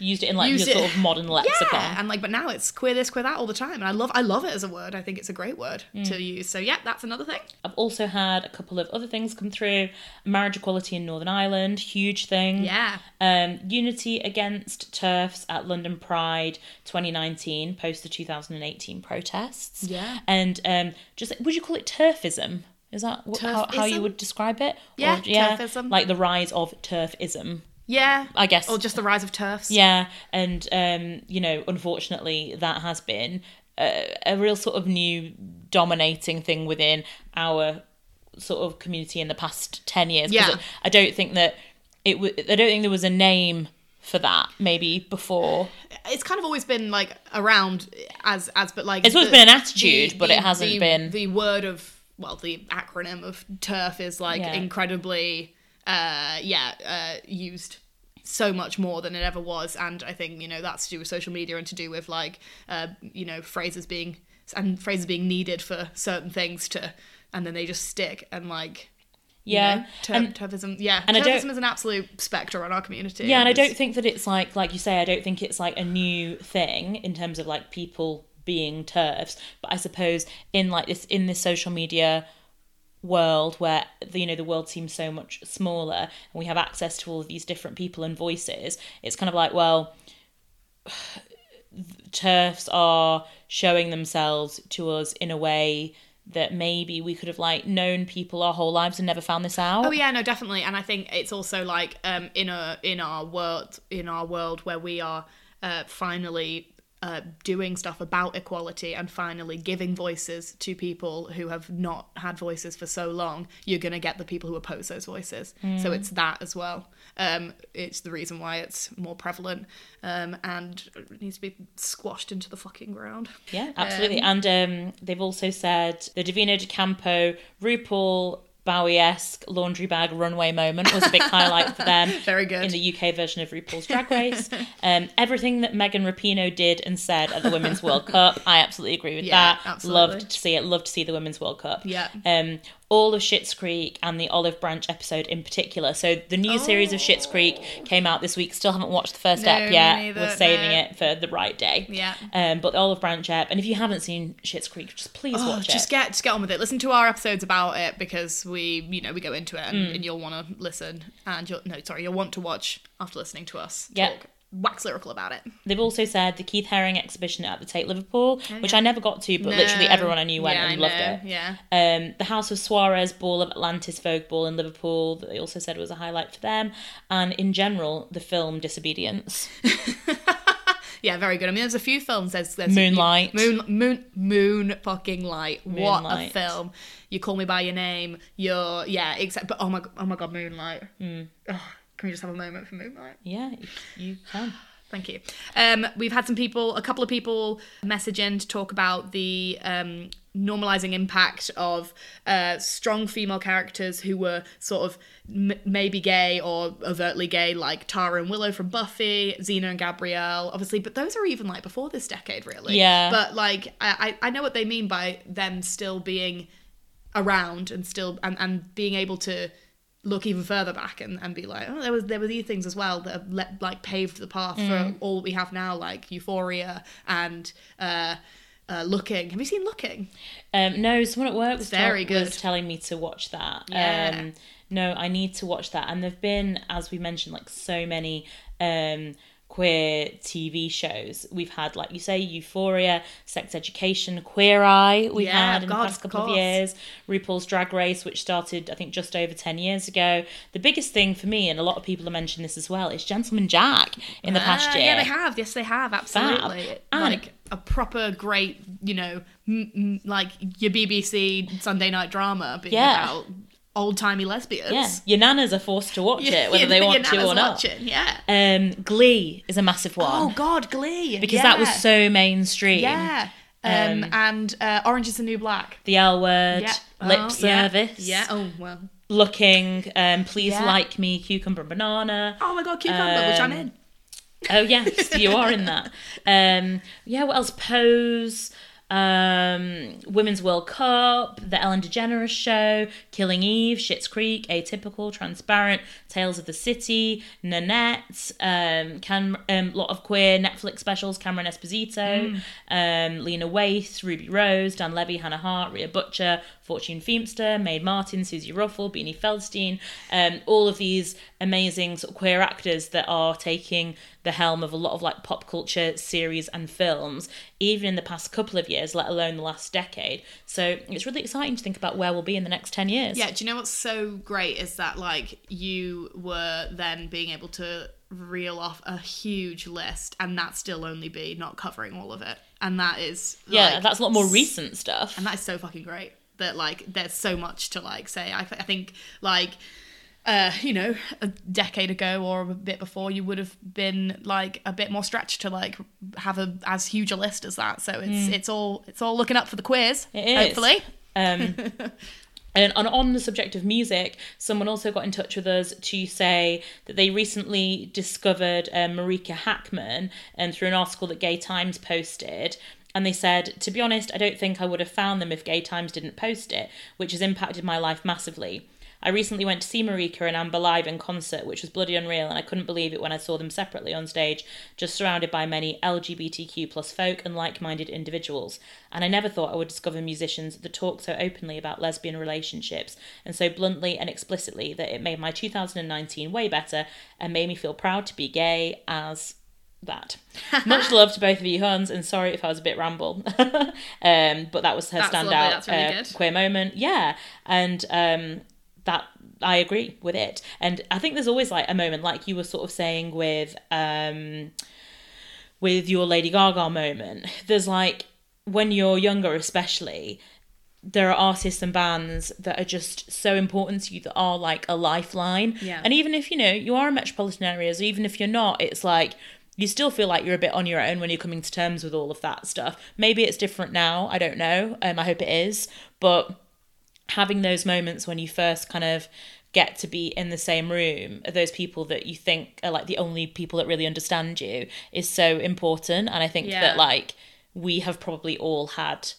used it in like your used it- sort of modern lexicon. yeah and like but now it's queer this queer that all the time and i love i love it as a word i think it's a great word Mm. to use so yeah that's another thing I've also had a couple of other things come through. Marriage equality in Northern Ireland, huge thing. yeah Um, unity against turfs at London Pride 2019, post the 2018 protests. Yeah. And um, just would you call it turfism? Is that wh- how, how you Turfism? would describe it? Yeah, turfism. Like the rise of turfism, yeah I guess. or just the rise of turfs Yeah, and um, you know, unfortunately, that has been a, a real sort of new dominating thing within our sort of community in the past ten years. 'Cause Yeah. I don't think that it. wa- I don't think there was a name for that. Maybe before it's kind of always been like around as as but like It's always been an attitude, but it hasn't the- been- the word of well the acronym of turf is like Yeah. incredibly uh yeah uh used so much more than it ever was and i think you know that's to do with social media and to do with like uh you know phrases being and phrases being needed for certain things to and then they just stick and like you yeah. know, tur- and, turfism yeah and I don't- turfism is an absolute spectre on our community yeah, and I it's- don't think that it's like like you say. I don't think it's like a new thing in terms of like people being turfs. But I suppose in like this in this social media world where the, you know the world seems so much smaller and we have access to all of these different people and voices it's kind of like well turfs are showing themselves to us in a way that maybe we could have like known people our whole lives and never found this out Oh yeah, no, definitely. And I think it's also like um, in a in our world in our world where we are uh, finally uh, doing stuff about equality and finally giving voices to people who have not had voices for so long. You're gonna get the people who oppose those voices. So it's that as well. Um, it's the reason why it's more prevalent um, and it needs to be squashed into the fucking ground. Yeah, absolutely. and um, they've also said the Divino De Campo, RuPaul, Bowie esque laundry bag runway moment was a big highlight for them. Very good. In the UK version of RuPaul's Drag Race. um, everything that Megan Rapinoe did and said at the Women's World Cup, I absolutely agree with Yeah, that. absolutely. Loved to see it. Loved to see the Women's World Cup. Yeah. Um, all of Schitt's Creek and the Olive Branch episode in particular. So the new series of Schitt's Creek came out this week. Still haven't watched the first Oh. No, ep me yet. neither, We're saving no. it for the right day. Yeah. Um, but the Olive Branch app, and if you haven't seen Shit's Creek, just please Oh, watch just it. get just get on with it. Listen to our episodes about it because we, you know, we go into it and, Mm. and you'll want to listen and you'll no, sorry, you'll want to watch after listening to us Yeah. talk wax lyrical about it. They've also said the Keith Haring exhibition at the Tate Liverpool, which yeah. I never got to, but literally No. everyone I knew went Yeah, and I loved know. it. Yeah. Um, the House of Suarez Ball of Atlantis Vogue Ball in Liverpool that they also said was a highlight for them, and in general the film Disobedience. Yeah, very good. I mean, there's a few films. There's, there's Moonlight. moon, moon, moon, fucking light. What a Moonlight. film! You call me by your name. You're yeah. Except, but oh my, oh my god, Moonlight. Mm. Ugh, can we just have a moment for Moonlight? Yeah, you, you can. Thank you. Um, we've had some people, a couple of people, message in to talk about the um, normalizing impact of uh, strong female characters who were sort of m- maybe gay or overtly gay, like Tara and Willow from Buffy, Xena and Gabrielle, obviously. But those are even like before this decade, really. Yeah. But like, I, I I know what they mean by them still being around and still and, and being able to look even further back and, and be like oh there was there were these things as well that have let, like paved the path Mm. for all we have now like euphoria and uh, uh looking have you seen looking Um, no, someone at work was, tell- very good. was telling me to watch that. Yeah. Um, no, I need to watch that. And there've been, as we mentioned, like so many um, queer TV shows. We've had, like you say, Euphoria, Sex Education, Queer Eye. We Yeah, had in God, the past of couple of, course. years. RuPaul's Drag Race, which started, I think, just over ten years ago. The biggest thing for me, and a lot of people have mentioned this as well, is Gentleman Jack in the past Ah, year. yeah they have yes they have absolutely And- like a proper great you know m- m- like your bbc sunday night drama being Yeah. about old-timey lesbians Yeah, your nanas are forced to watch it, whether Your- they your want to nana's or not. watching, yeah Um, Glee is a massive one. oh god glee because that was Yeah. so mainstream. Yeah. Um, and uh, Orange is the New Black. The L word, Yeah. lip Oh, yeah. service. Yeah. Oh, well. looking. Um, please Yeah. like me, cucumber and banana. Oh my god, cucumber, which I'm Um, in. Oh yes, you are in that. Um, yeah, what else? Pose, um, Women's World Cup, The Ellen DeGeneres Show, Killing Eve, Schitt's Creek, Atypical, Transparent, Tales of the City, Nanette, um, Cam- um, lot of queer Netflix specials, Cameron Esposito, um, Lena Waithe, Ruby Rose, Dan Levy, Hannah Hart, Rhea Butcher, Fortune Feemster, Maid Martin, Susie Ruffle, Beanie Feldstein, um, all of these amazing sort of queer actors that are taking the helm of a lot of like pop culture series and films, even in the past couple of years, let alone the last decade. So it's really exciting to think about where we'll be in the next 10 years. Yeah, do you know what's so great is that like you were then being able to reel off a huge list and that still only be not covering all of it. And that is Yeah, like, that's a lot more recent stuff. and that is so fucking great that like there's so much to like say i, I think like uh, you know, a decade ago or a bit before, you would have been like a bit more stretched to like have a as huge a list as that. So it's it's all it's all looking up for the quiz. Mm. It is. Hopefully, Um, and, and on the subject of music, someone also got in touch with us to say that they recently discovered um, Marika Hackman um, through an article that Gay Times posted. And they said, to be honest, I don't think I would have found them if Gay Times didn't post it, which has impacted my life massively. I recently went to see Marika and Amber live in concert, which was bloody unreal, and I couldn't believe it when I saw them separately on stage, just surrounded by many LGBTQ plus folk and like-minded individuals. And I never thought I would discover musicians that talk so openly about lesbian relationships and so bluntly and explicitly that it made my 2019 way better and made me feel proud to be gay as that. Much love to both of you huns, and sorry if I was a bit ramble, um, but that was her That's lovely, standout that's really uh, good. queer moment. Yeah, and um, that I agree with it. And I think there's always like a moment, like you were sort of saying with um, with your Lady Gaga moment. There's like when you're younger, especially. There are artists and bands that are just so important to you that are like a lifeline. Yeah. And even if you know you are in metropolitan areas, or even if you're not, it's like you still feel like you're a bit on your own when you're coming to terms with all of that stuff. Maybe it's different now. I don't know. Um, I hope it is. But having those moments when you first kind of get to be in the same room of those people that you think are like the only people that really understand you is so important and i think Yeah. that like we have probably all had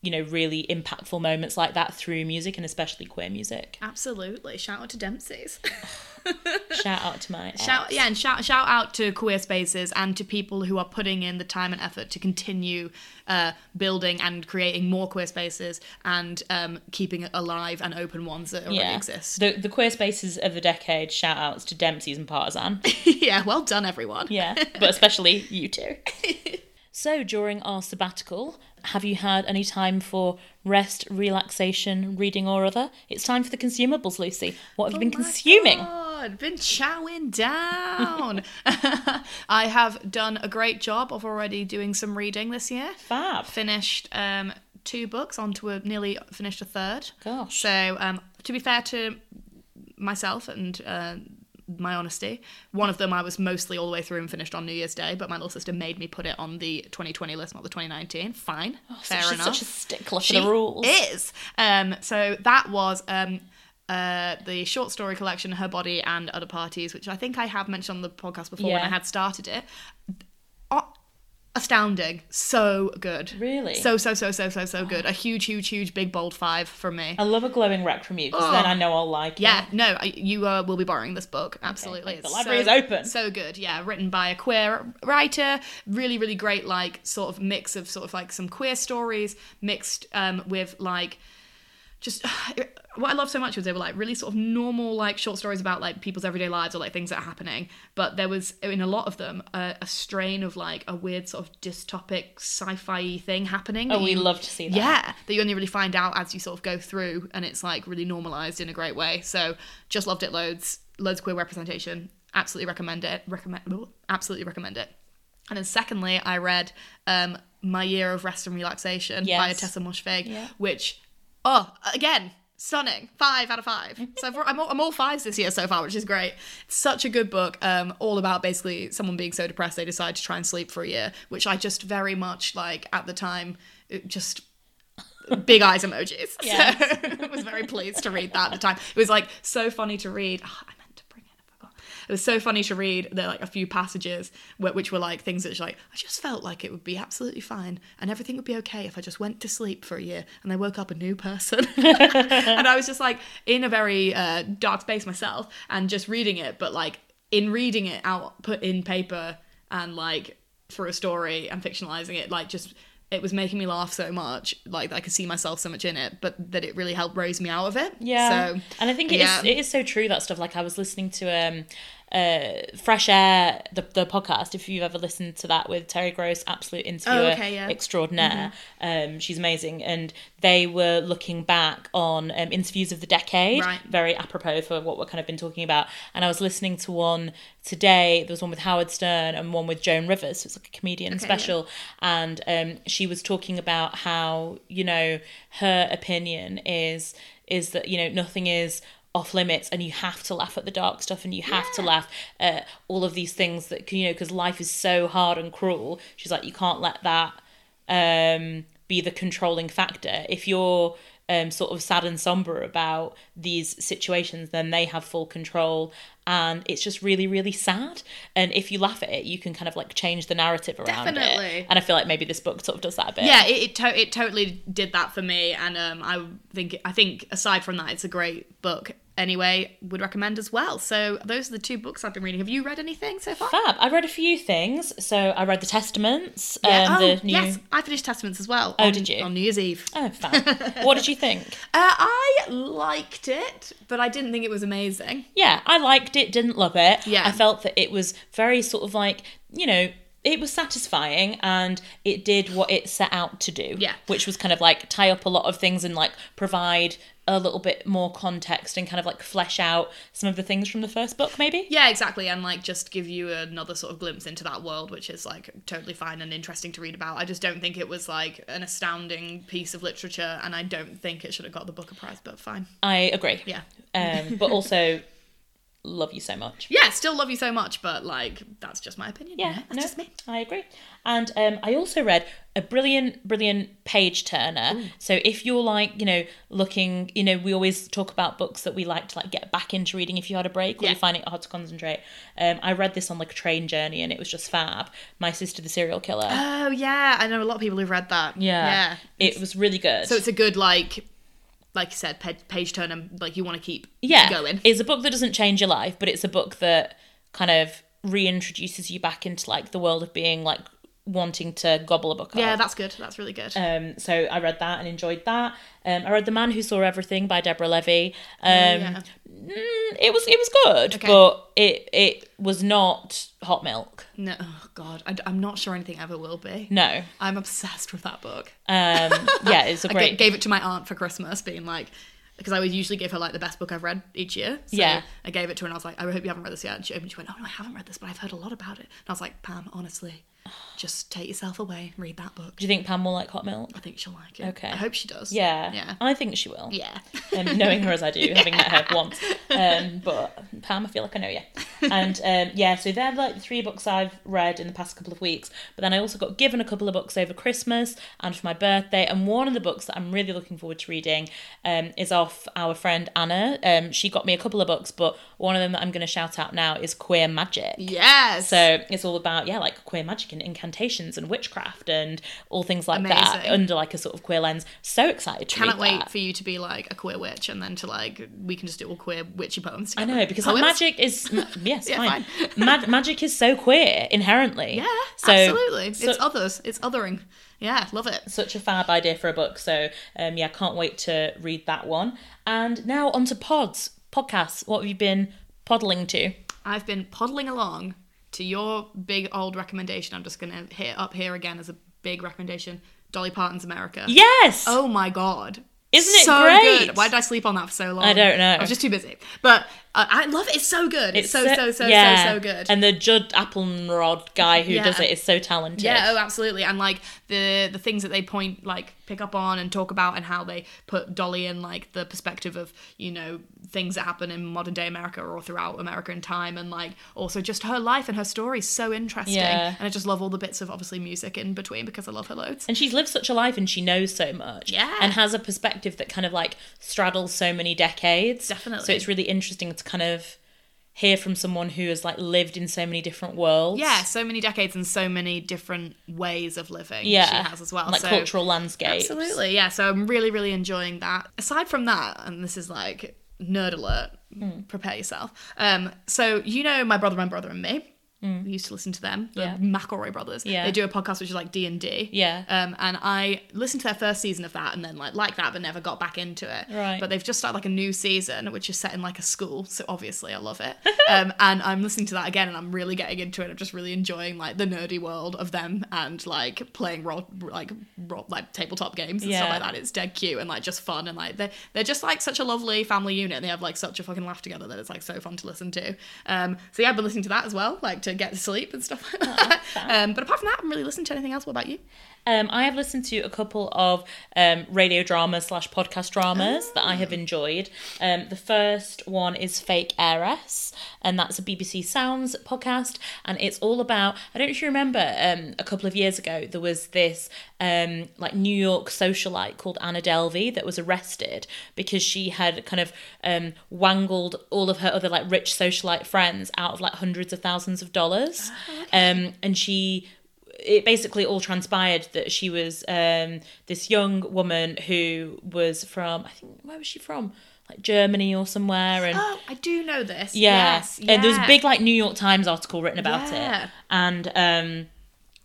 you know really impactful moments like that through music and especially queer music absolutely. Shout out to Dempsey's. shout out to my Shout yeah, and shout shout out to queer spaces and to people who are putting in the time and effort to continue uh, building and creating more queer spaces and um, keeping alive and open ones that already exist. The, the queer spaces of the decade shout outs to Dempsey's and Partisan. yeah, well done, everyone. Yeah, but especially you two. so during our sabbatical, have you had any time for rest, relaxation, reading, or other? It's time for the consumables, Lucy. What have you Oh been my consuming? God, been chowing down. I have done a great job of already doing some reading this year. Fab. Finished um, two books, onto a nearly finished a third. Gosh. So, um, to be fair to myself and uh, my honesty, one of them I was mostly all the way through and finished on New Year's Day, but my little sister made me put it on the 2020 list, not the 2019. Fine, fair Oh, She's enough such a stickler for the rules. is. Um, so that was um, uh, the short story collection, Her Body and Other Parties, which I think I have mentioned on the podcast before when Yeah. I had started it. Oh, astounding. So good. Really? So, so, so, so, so, so good. A huge, huge, huge, big, bold five from me. I love a glowing rec from you because then I know I'll like it. Oh. Yeah, no, I, you uh, will be borrowing this book. Absolutely, thanks. The library is open. So good, yeah. Written by a queer writer, really, really great. Like sort of mix of sort of like some queer stories mixed um, with like just what I love so much was they were like really sort of normal like short stories about like people's everyday lives or like things that are happening, but there was in a lot of them a, a strain of like a weird sort of dystopic sci-fi thing happening. Oh, that we you- love to see that. yeah, that you only really find out as you sort of go through, and it's like really normalized in a great way. So just loved it loads, loads of queer representation. Absolutely recommend it. Recommend, absolutely recommend it. And then secondly, I read um, My Year of Rest and Relaxation by Yes. Tessa Moshfegh, Yeah. which oh again stunning five out of five so I've, I'm, all, I'm all fives this year so far which is great it's such a good book um all about basically someone being so depressed they decide to try and sleep for a year which i just very much like at the time it just big eyes emojis. Yes. So I was very pleased to read that at the time. It was like so funny to read. Ah, I meant to bring it. I forgot. It was so funny to read. There like a few passages wh- which were like things that like I just felt like it would be absolutely fine and everything would be okay if I just went to sleep for a year and I woke up a new person. and I was just like in a very uh, dark space myself and just reading it, but like in reading it out put in paper and like for a story and fictionalizing it, like just it was making me laugh so much, like that I could see myself so much in it, but that it really helped raise me out of it. Yeah, So and I think it is yeah. it is so true that stuff. Like I was listening to um, uh, Fresh Air the the podcast. If you've ever listened to that with Terry Gross, absolute interviewer Oh, okay, yeah. Mm-hmm. extraordinaire. Um, she's amazing, and they were looking back on um, interviews of the decade. Right. Very apropos for what we've kind of been talking about. And I was listening to one today. There was one with Howard Stern and one with Joan Rivers. So it's like a comedian Okay, yeah. special, and um, she was talking about how you know her opinion is is that you know nothing is off limits and you have to laugh at the dark stuff and you have to laugh at all of these things that you know because life is so hard and cruel she's like you can't let that um be the controlling factor if you're um sort of sad and somber about these situations then they have full control and it's just really really sad and if you laugh at it you can kind of like change the narrative around Definitely. it and i feel like maybe this book sort of does that a bit yeah, it it, to- it totally did that for me, and um, I think I think aside from that, it's a great book. Anyway, would recommend as well. So those are the two books I've been reading. Have you read anything so far? Fab. I read a few things. So I read the Testaments. Um, oh, the new... yes, I finished Testaments as well. Oh, on- did you? on New Year's Eve? Oh, fab. what did you think? Uh, I liked it, but I didn't think it was amazing. Yeah, I liked it, didn't love it. Yeah. I felt that it was very sort of like, you know, it was satisfying and it did what it set out to do. Yeah. Which was kind of like tie up a lot of things and like provide a little bit more context and kind of like flesh out some of the things from the first book, maybe? Yeah, exactly, and like just give you another sort of glimpse into that world, which is like totally fine and interesting to read about. I just don't think it was like an astounding piece of literature, and I don't think it should have got the Booker Prize, but fine. I agree. Yeah. Um, but also, love you so much. Yeah, still love you so much, but like that's just my opinion. you Yeah, know? that's no, just me. I agree. And um, I also read a brilliant, brilliant page turner. So if you're like, you know, looking, you know, we always talk about books that we like to like get back into reading if you had a break or Yeah. you find it hard to concentrate. Um, I read this on like a train journey and it was just fab. My sister, the serial killer. Oh yeah, I know a lot of people who've read that. yeah, yeah. it was really good. So it's a good like, like you said, page, page turner. Like you want to keep yeah, going. It's a book that doesn't change your life, but it's a book that kind of reintroduces you back into like the world of being like wanting to gobble a book up. yeah, that's good. That's really good. Um, so I read that and enjoyed that. Um, I read The Man Who Saw Everything by Deborah Levy. Um, yeah. mm, It was it was good, Okay. but it it was not hot milk. No, oh God, I, am not sure anything ever will be. No. I'm obsessed with that book. Um, yeah, it's a I g- great. gave it to my aunt for Christmas, being like, because I would usually give her like the best book I've read each year. So Yeah. I gave it to her and I was like, I hope you haven't read this yet. And she opened it, she went, Oh no, I haven't read this, but I've heard a lot about it. And I was like, Pam, honestly, just take yourself away, and read that book. Do you think Pam will like hot milk? I think she'll like it. Okay. I hope she does. Yeah, Oh. Yeah. I think she will. Yeah. um, knowing her as I do, having met her once. Um, but Pam, I feel like I know you. And um, yeah, so they're like the three books I've read in the past couple of weeks. But then I also got given a couple of books over Christmas and for my birthday. And one of the books that I'm really looking forward to reading um, is off our friend Anna. Um, she got me a couple of books, but one of them that I'm going to shout out now is Queer Magic. Yes. So it's all about yeah, like queer magic and incantations and witchcraft and all things like that Amazing. under like a sort of queer lens. So excited to cannot read wait that. for you to be like a queer witch and then to like we can just do all queer witchy poems I together. know because like, Poems? magic is ma- yes, oh, Yeah, fine. Mag- magic is so queer inherently. Yeah, so, absolutely. so- it's others. It's othering. Yeah, love it. such a fab idea for a book. So um, yeah, can't wait to read that one. And now onto pods, podcasts. What have you been poddling to? I've been poddling along to your big old recommendation. I'm just gonna hit it up here again as a big recommendation. Dolly Parton's America. Yes. Oh my god. Isn't it so great? Good. Why did I sleep on that for so long? I don't know. I was just too busy. But uh, I love it. It's so good. It's, so, so, so, yeah. so, so good. And the Judd Applenrod guy who Yeah. does it is so talented. Yeah, oh, absolutely. And like the the things that they point, like pick up on and talk about, and how they put Dolly in like the perspective of you know things that happen in modern day America or throughout America in time, and like also just her life and her story is so interesting. Yeah. And I just love all the bits of obviously music in between because I love her loads. And she's lived such a life and she knows so much. Yeah. And has a perspective that kind of like straddles so many decades. Definitely. So it's really interesting to kind of hear from someone who has like lived in so many different worlds. Yeah, so many decades and so many different ways of living. Yeah. she has as well. Like so, cultural landscapes. Absolutely, yeah. So I'm really, really enjoying that. Aside from that, and this is like nerd alert, Hmm. prepare yourself. Um, so you know, my brother, my brother, and me. We used to listen to them, the Hmm. Yeah. McElroy brothers. Yeah. They do a podcast which is like D and D. Yeah. Um, and I listened to their first season of that, and then like like that, but never got back into it. Right. But they've just started like a new season, which is set in like a school. So obviously, I love it. um, and I'm listening to that again, and I'm really getting into it. I'm just really enjoying like the nerdy world of them and like playing role like role, like tabletop games and stuff Yeah. like that. It's dead cute and like just fun and like they they're just like such a lovely family unit. and They have like such a fucking laugh together that it's like so fun to listen to. Um, so yeah, I've been listening to that as well, like to get to sleep and stuff like that. um, but apart from that, I haven't really listened to anything else. What about you? Um, I have listened to a couple of um, radio dramas slash podcast dramas that I have enjoyed. Um, the first one is Fake Heiress, and that's a BBC Sounds podcast, and it's all about. I don't know if you remember. Um, a couple of years ago, there was this um, like New York socialite called Anna Delvey that was arrested because she had kind of um, wangled all of her other like rich socialite friends out of like hundreds of thousands of dollars, um, and she it basically all transpired that she was um, this young woman who was from I think where was she from like Germany or somewhere and Oh, I do know this. yeah. Yes. and there was a yeah. big like New York Times article written about Yeah. it and um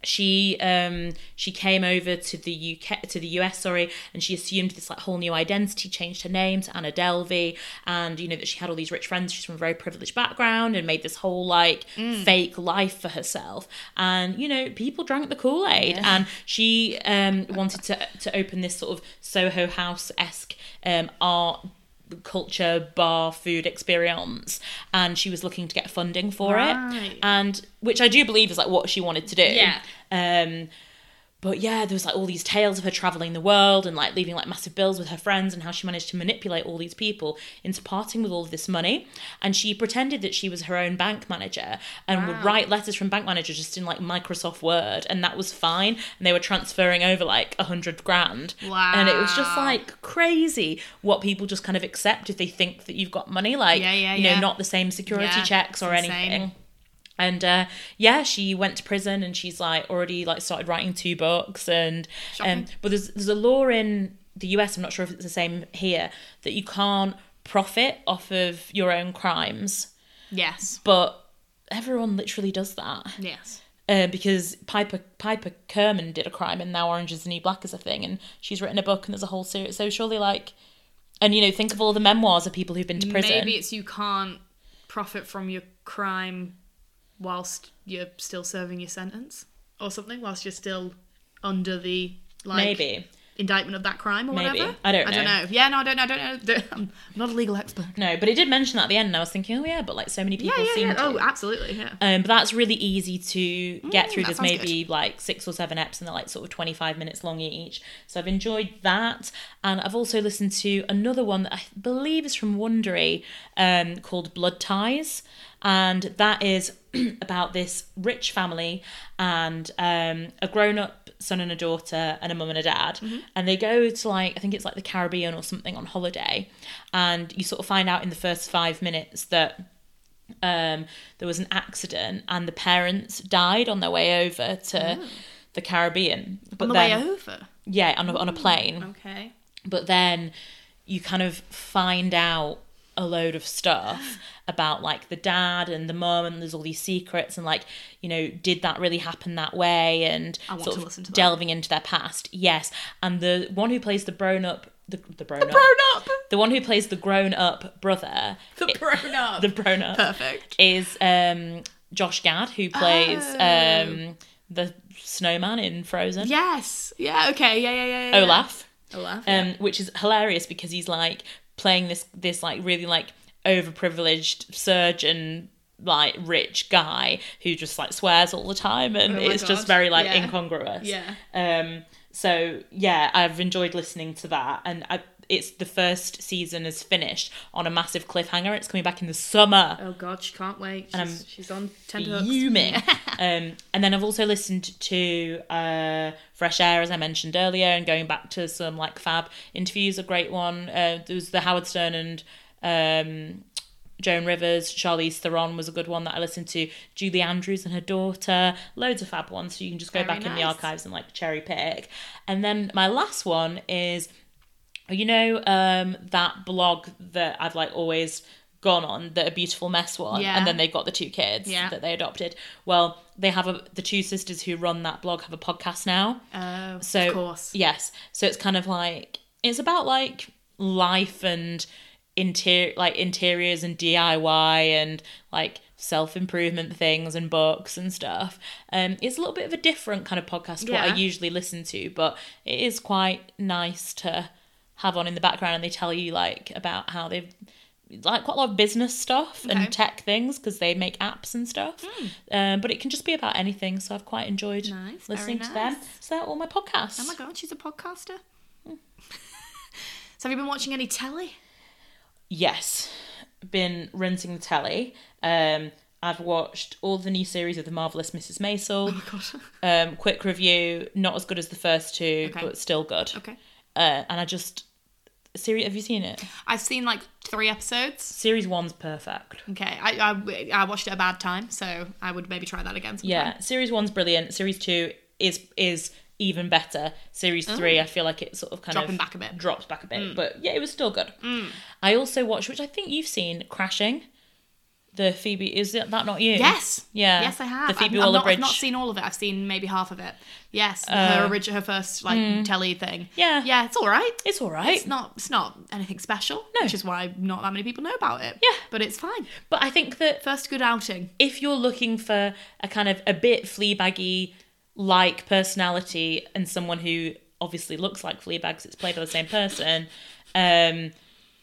she um she came over to the UK to the US sorry and she assumed this like whole new identity changed her name to Anna Delvey and you know that she had all these rich friends she's from a very privileged background and made this whole like Mm. fake life for herself and you know people drank the Kool-Aid and she um wanted to to open this sort of Soho house-esque um art culture bar food experience and she was looking to get funding for Right. it and which I do believe is like what she wanted to do. Yeah. Um, but yeah, there was like all these tales of her traveling the world and like leaving like massive bills with her friends and how she managed to manipulate all these people into parting with all of this money. And she pretended that she was her own bank manager and would write letters from bank manager just in like Microsoft Word, and that was fine. And they were transferring over like a hundred grand. And it was just Wow. like crazy what people just kind of accept if they think that you've got money. Like, Yeah, yeah, you know, yeah. not the same security Yeah, checks or it's insane. anything. And uh, yeah, she went to prison, and she's like already like started writing two books, and um, Shocking. but there's there's a law in the US. I'm not sure if it's the same here that you can't profit off of your own crimes, Yes. but everyone literally does that Yes. uh, because Piper Piper Kerman did a crime, and now Orange Is the New Black is a thing, and she's written a book, and there's a whole series. So surely like, and you know, think of all the memoirs of people who've been to prison. Maybe it's you can't profit from your crime whilst you're still serving your sentence or something, whilst you're still under the like maybe. indictment of that crime or Maybe. whatever. I don't I don't know. know. Yeah, no, I don't know. I don't know. I'm not a legal expert. No, but it did mention that at the end, and I was thinking, oh yeah, but like so many Yeah, people yeah, seem yeah. to. Oh, absolutely. Yeah. Um, but that's really easy to get Mm, through. that There's sounds maybe like six or seven eps, and they're like sort of 25 minutes long each. So I've enjoyed that. And I've also listened to another one that I believe is from Wondery um, called Blood Ties. And that is about this rich family and um, a grown up son and a daughter and a mum and a dad Mm-hmm. and they go to like i think it's like the caribbean or something on holiday and you sort of find out in the first five minutes that um, there was an accident and the parents died on their way over to the Caribbean. But Ah. On the then, way over. Mm. Oh. yeah, on a, on a plane. Okay. But then you kind of find out a load of stuff about like the dad and the mum, and there's all these secrets, and like you know, did that really happen that way? And I want sort to of listen to that. delving into their past. Yes, and the one who plays the grown up, the the grown up, Grown up. the one who plays the grown up brother, The it- grown up. the grown up, Perfect. is um Josh Gad who plays Oh. um the snowman in Frozen. Yes. Yeah. Okay. Yeah. Yeah. Yeah. yeah. Olaf. Olaf. Um which is hilarious because he's like playing this this like really like overprivileged surgeon like rich guy who just like swears all the time and Oh my it's just God. very like Yeah. incongruous. yeah. Um so yeah, I've enjoyed listening to that and I it's the first season is finished on a massive cliffhanger. It's coming back in the summer. Oh god, she can't wait. And She's, she's on tenterhooks. fuming. um, and then I've also listened to uh, Fresh Air, as I mentioned earlier, and going back to some like Fab interviews. A great one. Uh, there was the Howard Stern and um, Joan Rivers, Charlize Theron was a good one that I listened to. Julie Andrews and her daughter. Loads of Fab ones, so you can just go Very back in the nice. archives and like cherry pick. And then my last one is you know um that blog that I've like always gone on the a beautiful mess one Yeah. and then they've got the two kids Yeah. that they adopted well they have a the two sisters who run that blog have a podcast now Oh, so of course. yes so it's kind of like it's about like life and interior like interiors and diy and like self-improvement things and books and stuff um it's a little bit of a different kind of podcast to what Yeah. i usually listen to but it is quite nice to have on in the background and they tell you like about how they've like quite a lot of business stuff Okay. Hmm. and tech things because they make apps and stuff um, but it can just be about anything so i've quite enjoyed Nice, very listening to them nice. so they're all my podcasts Oh my god, she's a podcaster. so have you been watching any telly? yes been rinsing the telly um I've watched all the new series of The Marvelous Mrs. Maisel. Oh God. Um, quick review, not as good as the first two, Okay. but still good. Okay. Uh, and I just, series. Have you seen it? I've seen like three episodes. Series one's perfect. Okay, I, I, I watched it at a bad time, so I would maybe try that again. Sometime. Yeah, series one's brilliant. Series two is is even better. Series three, I feel like it sort of kind Oh. Dropping of back a bit. Mm. drops back a bit, but yeah, it was still good. I also watched, which I think you've seen, Crashing. The Phoebe is it that not you? Yes. Yeah. Yes, I have. The Phoebe I've, I've, Waller not, Bridge. I've not seen all of it. I've seen maybe half of it. Yes, her origi- her first like telly thing. Oh. Hmm. Yeah. Yeah, it's all right. It's all right. It's not it's not anything special, No. which is why not that many people know about it. Yeah. but it's fine. But I think that First good outing. if you're looking for a kind of a bit Fleabaggy like personality and someone who obviously looks like Fleabag's, it's played by the same person, um,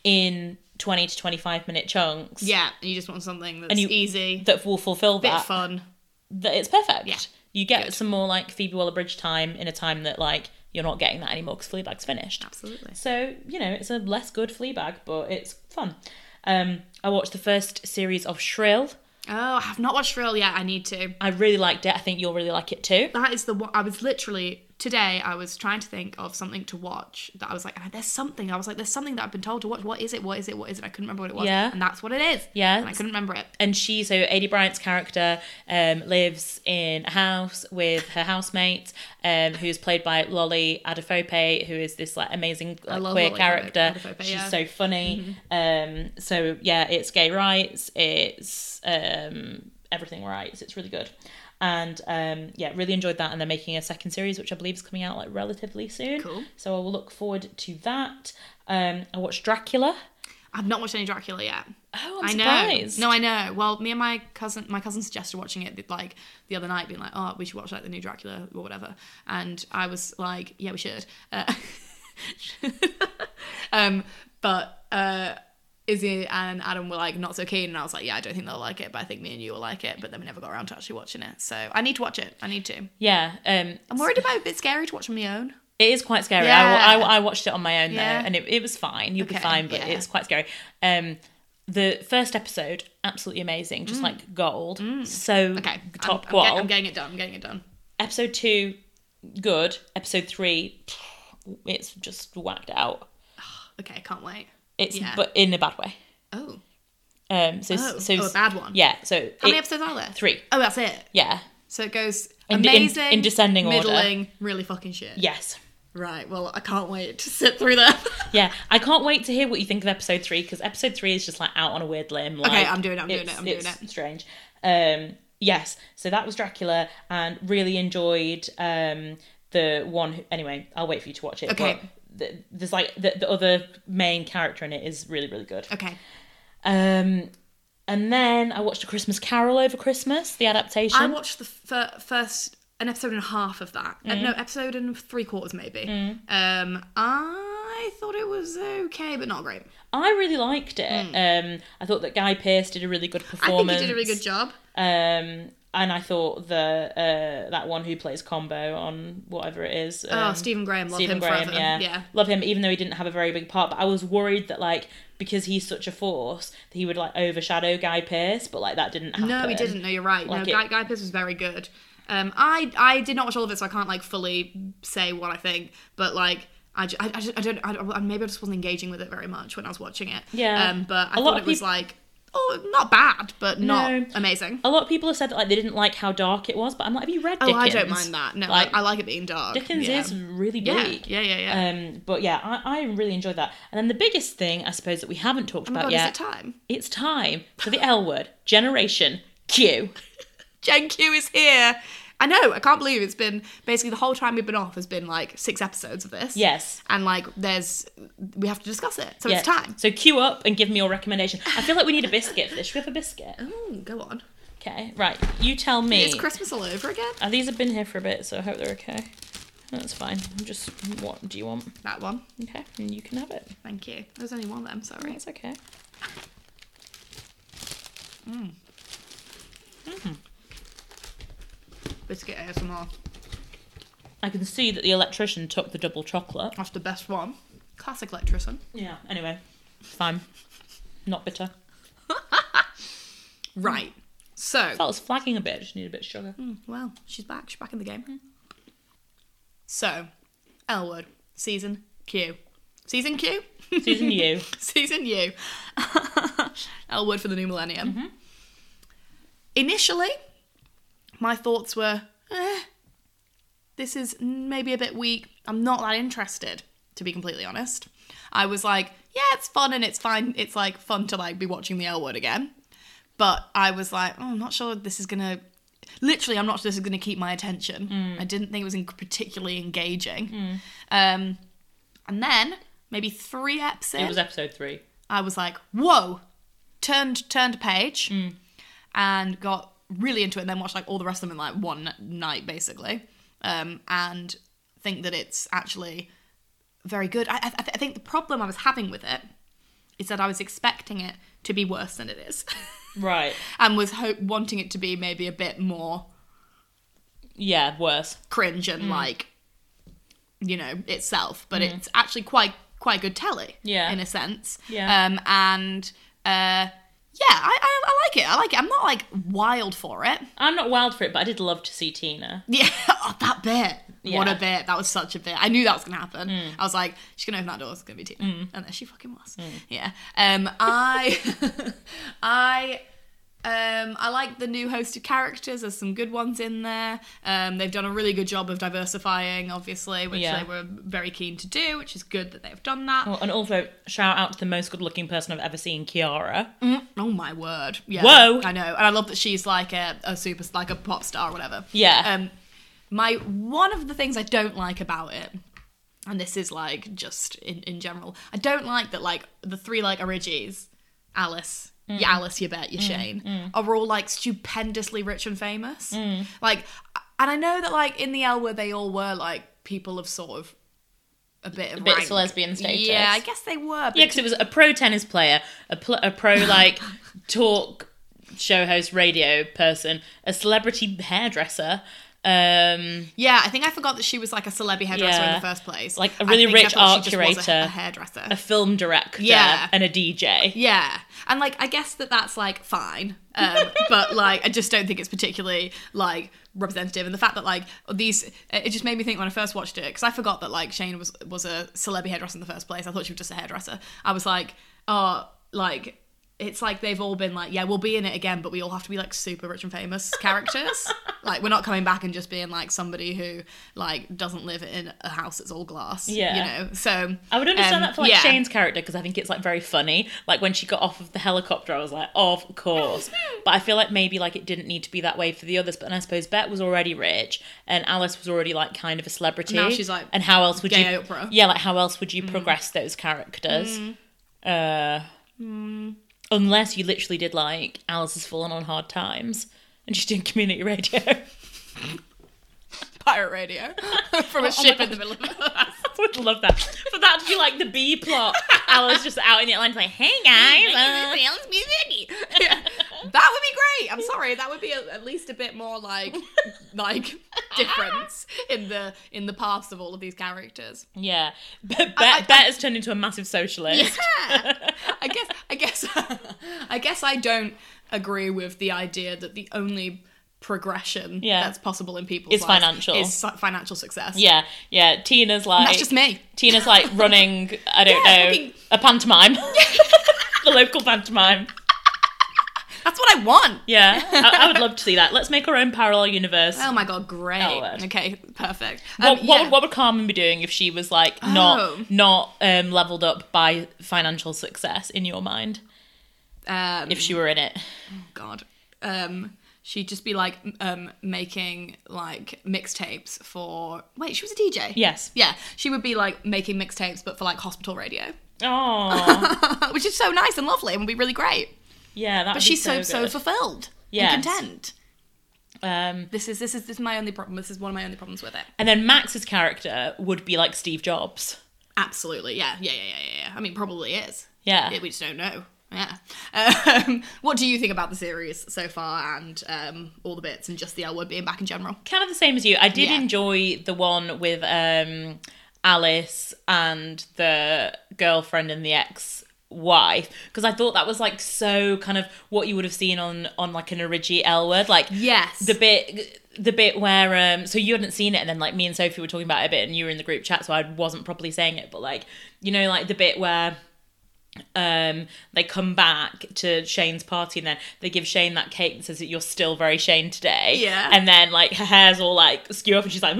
in twenty to twenty-five minute chunks. Yeah, you just want something that's And you- easy, That will fulfill bit that. fun. That it's perfect. Yeah. You get Good. some more like Phoebe Waller Bridge time in a time that like you're not getting that anymore because Fleabag's finished. Absolutely. So, you know, it's a less good Fleabag, but it's fun. Um, I watched the first series of Shrill. Oh, I have not watched Thrill yet. I need to. I really liked it. I think you'll really like it too. That is the one. I was literally today. I was trying to think of something to watch that I was like, "Ah, there's something. I was like, there's something that I've been told to watch. What is it? What is it? What is it? I couldn't remember what it was. Yeah. and that's what it is. Yeah. and I couldn't remember it. and she so Adie Bryant's character um, lives in a house with her housemate um, who's played by Lolly Adefope who is this like amazing like, love queer Lolly character Adefope, she's yeah. Mm-hmm. so funny um, so yeah it's gay rights it's um, everything rights it's really good and um, yeah really enjoyed that and they're making a second series which I believe is coming out like relatively soon Cool. so I will look forward to that um, I watched Dracula I've not watched any Dracula yet. oh I'm I know. surprised No, I know. Well, me and my cousin, my cousin suggested watching it like the other night, being like, "Oh, we should watch like the new Dracula or whatever," and I was like, "Yeah, we should." Uh, um, but uh, Izzy and Adam were like not so keen, and I was like, "Yeah, I don't think they'll like it, but I think me and you will like it." But then we never got around to actually watching it, so I need to watch it. I need to. yeah um, I'm worried about it. a bit scary to watch on my own. It is quite scary. Yeah. I, I, I watched it on my own Yeah. though, and it, it was fine. You'll be Okay, fine, but yeah. it's quite scary. Um, the first episode, absolutely amazing, just like gold. So Mm. Okay, top I'm, I'm, qual. get- I'm getting it done. I'm getting it done. episode two, good. Episode three, it's just whacked out. Okay, can't wait. It's Yeah. but in a bad way. Oh, Um, so Oh, so oh, a bad one. Yeah. So how many it- episodes are there? Three. Oh, that's it. Yeah. So it goes In- in- amazing, in descending order. middling, really fucking shit. Yes. Right. Well, I can't wait to sit through that. Yeah, I can't wait to hear what you think of episode three because episode three is just like out on a weird limb. Like, I'm doing it, I'm doing it's- it, I'm doing it's it. Strange. Um, yes, so that was Dracula, and really enjoyed um, the one. Who, anyway, I'll wait for you to watch it. Okay. but th- There's like the, the other main character in it is really really good. okay. Um, and then I watched a Christmas Carol over Christmas, the adaptation. I watched the fir- first an episode and a half of that. Mm. Uh, no, episode and three quarters maybe. Um, I thought it was okay, but not great. I really liked it. Um, I thought that Guy Pearce did a really good Hmm. I think performance. he did a really good job. Um, and I thought the uh, that one who plays Combo on whatever it is. Oh, um, Stephen Graham, love Stephen him Graham, forever. yeah. yeah. love him, even though he didn't have a very big part. But I was worried that like because he's such a force, that he would like overshadow Guy Pearce, but like that didn't happen. No, he didn't. No, you're right. Like no, it- Guy, Guy Pearce was very good. Um, I I did not watch all of it, so I can't like fully say what I think. But like, I, ju- I, I, ju- I don't. I, I- maybe I just wasn't engaging with it very much when I was watching it. Yeah. Um, but I A lot thought of it was peop- like, oh, not bad, but not No. amazing. A lot of people have said that like they didn't like how dark it was, but I'm like, have you read? Oh, Dickens? I don't mind that. No, like I, I like it being dark. Dickens yeah. is really Yeah, bleak. yeah, yeah, yeah. Um, but yeah, I, I really enjoyed that. And then the biggest thing I suppose that we haven't talked Oh my about God, is yet, it time? it's time for the L word, Generation Q. Gen Q is here. I know. I can't believe it's been basically the whole time we've been off has been like six episodes of this. Yes. And like, there's we have to discuss it, so Yeah. it's time. So queue up and give me your recommendation. I feel like we need a biscuit for this. Should we have a biscuit? Ooh, go on. Okay, right. You tell me. Oh. It's Christmas all over again. Uh, these have been here for a bit, so I hope they're okay. That's fine. I'm just. What do you want? That one. Okay, and you can have it. Thank you. There's only one of them, sorry. It's okay. Biscuit ASMR. I can see that the electrician took the double chocolate. That's the best one. Classic electrician. Yeah. Anyway, it's fine. Not bitter. Right. So, That was flagging a bit. Just need a bit of sugar. well, she's back. She's back in the game. So, Elwood, season Q. Season Q? Susan, you. season U. Elwood for the new millennium. Initially, my thoughts were, eh, this is maybe a bit weak. I'm not that interested, to be completely honest. I was like, yeah, it's fun and it's fine. It's like fun to like be watching the Elwood again. But I was like, oh, I'm not sure this is gonna. Literally, I'm not sure this is gonna keep my attention. I didn't think it was en- particularly engaging. Um, and then maybe three eps in, It was episode three. I was like, whoa, turned turned page and got really into it and then watched like all the rest of them in like one night basically. Um, and think that it's actually very good. I, I, I think the problem I was having with it is that I was expecting it to be worse than it is Right. and was hope wanting it to be maybe a bit more Yeah. Worse. cringe Mm. and like you know itself but it's actually quite quite good telly Yeah. in a sense Yeah. um and uh yeah I, I i like it i like it i'm not like wild for it I'm not wild for it, but I did love to see Tina. yeah oh, that bit what Yeah. Mm. a bit that was such a bit i knew that was gonna happen i was like she's gonna open that door it's gonna be tina and there she fucking was yeah um i i um, I like the new host of characters. There's some good ones in there. Um, they've done a really good job of diversifying, obviously, which Yeah. they were very keen to do, which is good that they've done that. Oh, and also shout out to the most good-looking person I've ever seen, Kiara. Oh my word! Yeah, Whoa. I know, and I love that she's like a, a super, like a pop star or whatever. Yeah. Um, my one of the things I don't like about it, and this is like just in, in general, I don't like that like the three like Origis, Alice. Mm. Yeah, Alice, you bet, you Shane, are all like stupendously rich and famous. Mm. Like, and I know that like in the Elwood they all were like people of sort of a bit of bit rank. lesbian status. Yeah, I guess they were. But Yeah, because it was a pro tennis player, a, pl- a pro like talk show host, radio person, a celebrity hairdresser, um, Yeah, I think I forgot that she was like a celebrity hairdresser in Yeah. the first place. Like a I really think I rich thought she art just was a- curator. a hairdresser. a film director, Yeah. and a DJ. yeah, and like I guess that that's like fine, um, but like I just don't think it's particularly like representative. And the fact that like these, it just made me think when I first watched it because I forgot that like Shane was was a celebrity hairdresser in the first place. I thought she was just a hairdresser. I was like, oh, like. It's like they've all been like, yeah, we'll be in it again, but we all have to be like super rich and famous characters. like we're not coming back and just being like somebody who like doesn't live in a house that's all glass. Yeah. you know. So I would understand um, that for like yeah. Shane's character because I think it's like very funny. Like when she got off of the helicopter, I was like, of course. but I feel like maybe like it didn't need to be that way for the others. But and I suppose Bet was already rich and Alice was already like kind of a celebrity. Now she's, like, and how else would gay Mm. you? Oprah. Yeah, like how else would you progress those characters? Mm. Uh, Unless you literally did like Alice has fallen on hard times and she's doing community radio. I pirate radio from Oh, a ship in the middle of would love that. For that to be like the B plot. Alice just out in the Atlantic like, hey guys. uh, the music. That would be great. I'm sorry. That would be a, at least a bit more like like difference in the in the paths of all of these characters. Yeah. But Bet, I- Bet has turned into a massive socialist. I guess I guess I guess I don't agree with the idea that the only progression Yeah. that's possible in people's Is lives financial. is su- financial success. Yeah. Yeah. Tina's like. That's just me. Tina's like running, I don't Yeah, know, fucking- a pantomime. the local pantomime. That's what I want. Yeah. I, I would love to see that. Let's make our own parallel universe. Oh my god, great. L word. Okay, perfect. what, Um, what, yeah. would- what would Carmen be doing if she was like not Oh. not um, leveled up by financial success in your mind Um, if she were in it? God. Um, she'd just be like m- um, making like mixtapes for. Wait, she was a DJ. Yes. Yeah, she would be like making mixtapes, but for like hospital radio, Oh, which is so nice and lovely and would be really great. yeah. That. But she's so so, so. good. fulfilled Yes. and content. um, This is this is this is my only problem. This is one of my only problems with it. and then Max's character would be like Steve Jobs. Absolutely, yeah, yeah, yeah, yeah, yeah, yeah. I mean, probably is. Yeah. Yeah, we just don't know. Yeah. Um, what do you think about the series so far and um, all the bits and just the L word being back in general? kind of the same as you. I did Yeah. enjoy the one with um, Alice and the girlfriend and the ex wife because I thought that was like so kind of what you would have seen on on like an Origi L word, like Yes. the bit the bit where um so you hadn't seen it and then like me and Sophie were talking about it a bit and you were in the group chat so I wasn't properly saying it but like you know like the bit where um they come back to Shane's party and then they give Shane that cake and says that you're still very Shane today Yeah. and then like her hair's all like skew up and she's like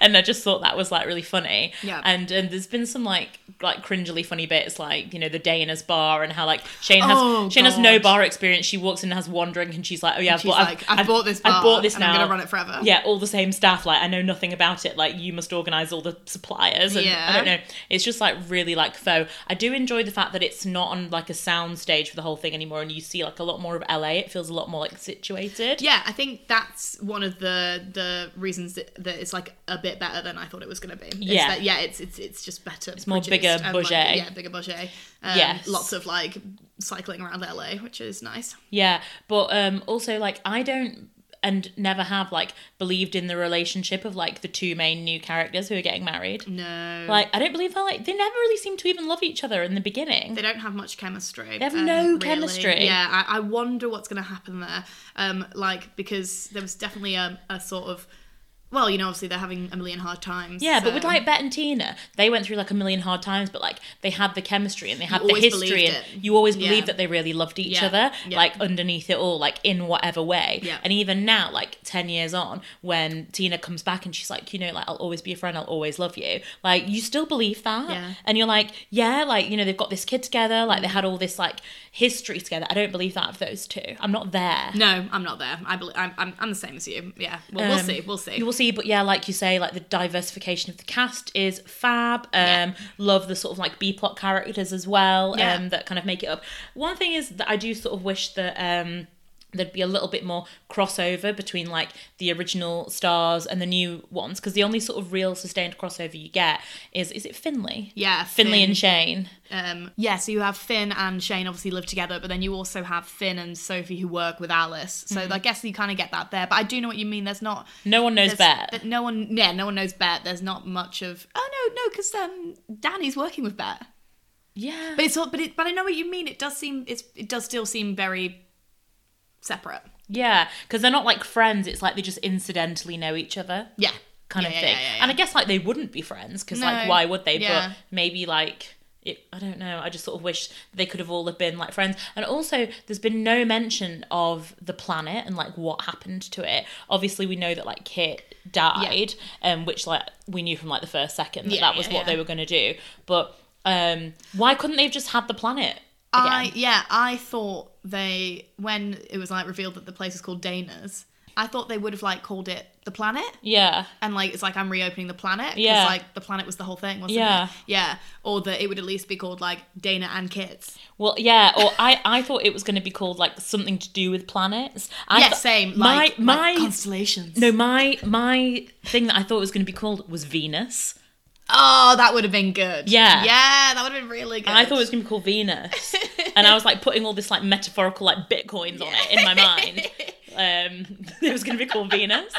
and I just thought that was like really funny Yeah. and and there's been some like like cringily funny bits like you know the day in his bar and how like Shane has Oh, Shane has no God. bar experience she walks in and has one drink and she's like oh yeah I've She's bought, like, I've, bought this. Bar, I bought this and now. I'm gonna run it forever. Yeah, all the same staff. Like I know nothing about it. Like you must organise all the suppliers. And Yeah. I don't know. It's just like really like faux. I do enjoy the fact that it's not on like a sound stage for the whole thing anymore, and you see like a lot more of LA. It feels a lot more like situated. Yeah, I think that's one of the the reasons that, that it's like a bit better than I thought it was going to be. It's Yeah. that- yeah, it's it's it's just better. It's more bigger budget. yeah, bigger budget. Um, Yes. lots of like cycling around LA, which is nice. Yeah, but um also like I don't and never have like believed in the relationship of like the two main new characters who are getting married. Mm. No, Like I don't believe how like they never really seem to even love each other in the beginning. they don't have much chemistry. They have no chemistry. Yeah, I, I wonder what's going to happen there. Um, like because there was definitely a, a sort of, well, you know, obviously they're having a million hard times. Yeah, but so- with like Bet and Tina, they went through like a million hard times, but like they had the chemistry and they had the always history, believed and it. you always Yeah. believed that they really loved each Yeah. other, Yeah. like underneath it all, like in whatever way. Yeah. And even now, like ten years on, when Tina comes back and she's like, you know, like I'll always be a friend, I'll always love you. Like you still believe that, Yeah. Mm. and you're like, yeah, like you know, they've got this kid together, like they had all this like history together. I don't believe that of those two. I'm not there. No, I'm not there. I believe I'm, I'm. I'm the same as you. Yeah. Well, we'll Um, see. We'll see. You will see, but yeah, like you say, like the diversification of the cast is fab. Um, love the sort of like B plot characters as well. Yeah. Um, that kind of make it up. One thing is that I do sort of wish that um there'd be a little bit more crossover between like the original stars and the new ones because the only sort of real sustained crossover you get is is it Finley? Yeah, Finley Finn. and Shane. Um, yeah, so you have Finn and Shane obviously live together, but then you also have Finn and Sophie who work with Alice. So Mm-hmm. I guess you kind of get that there. But I do know what you mean. There's not. No one knows there's- Bet. that No one. Yeah, no one knows Bet. There's not much of. Oh no, no, because um, Danny's working with Bet. Yeah. But it's all. But it. But I know what you mean. It does seem. It's. It does still seem very separate. Yeah, because they're not like friends. It's like they just incidentally know each other. Yeah. kind Yeah, of yeah, thing. yeah, yeah, And I guess like they wouldn't be friends because like No. why would they? Yeah. But maybe like it, I don't know. I just sort of wish they could have all have been like friends. And also, there's been no mention of the planet and like what happened to it. Obviously, we know that like Kit died, um, which like we knew from like the first second that Yeah, that was yeah, what they yeah. were going to do. But um, why couldn't they have just had the planet? Again? I yeah, I thought they when it was like revealed that the place is called Dana's. I thought they would have like called it the planet. yeah. and like it's like I'm reopening the planet. Yeah. Yeah, like the planet was the whole thing, wasn't Yeah. it? Yeah, or that it would at least be called like Dana and Kids. Well, yeah, or I, I thought it was going to be called like something to do with planets. I yeah, th- same. My Like, my like constellations. no my my thing that I thought it was going to be called was Venus. Oh, that would have been good. Yeah. yeah, that would have been really good. I thought it was going to be called Venus, and I was like putting all this like metaphorical like bitcoins on it in my mind. Um, it was going to be called Venus,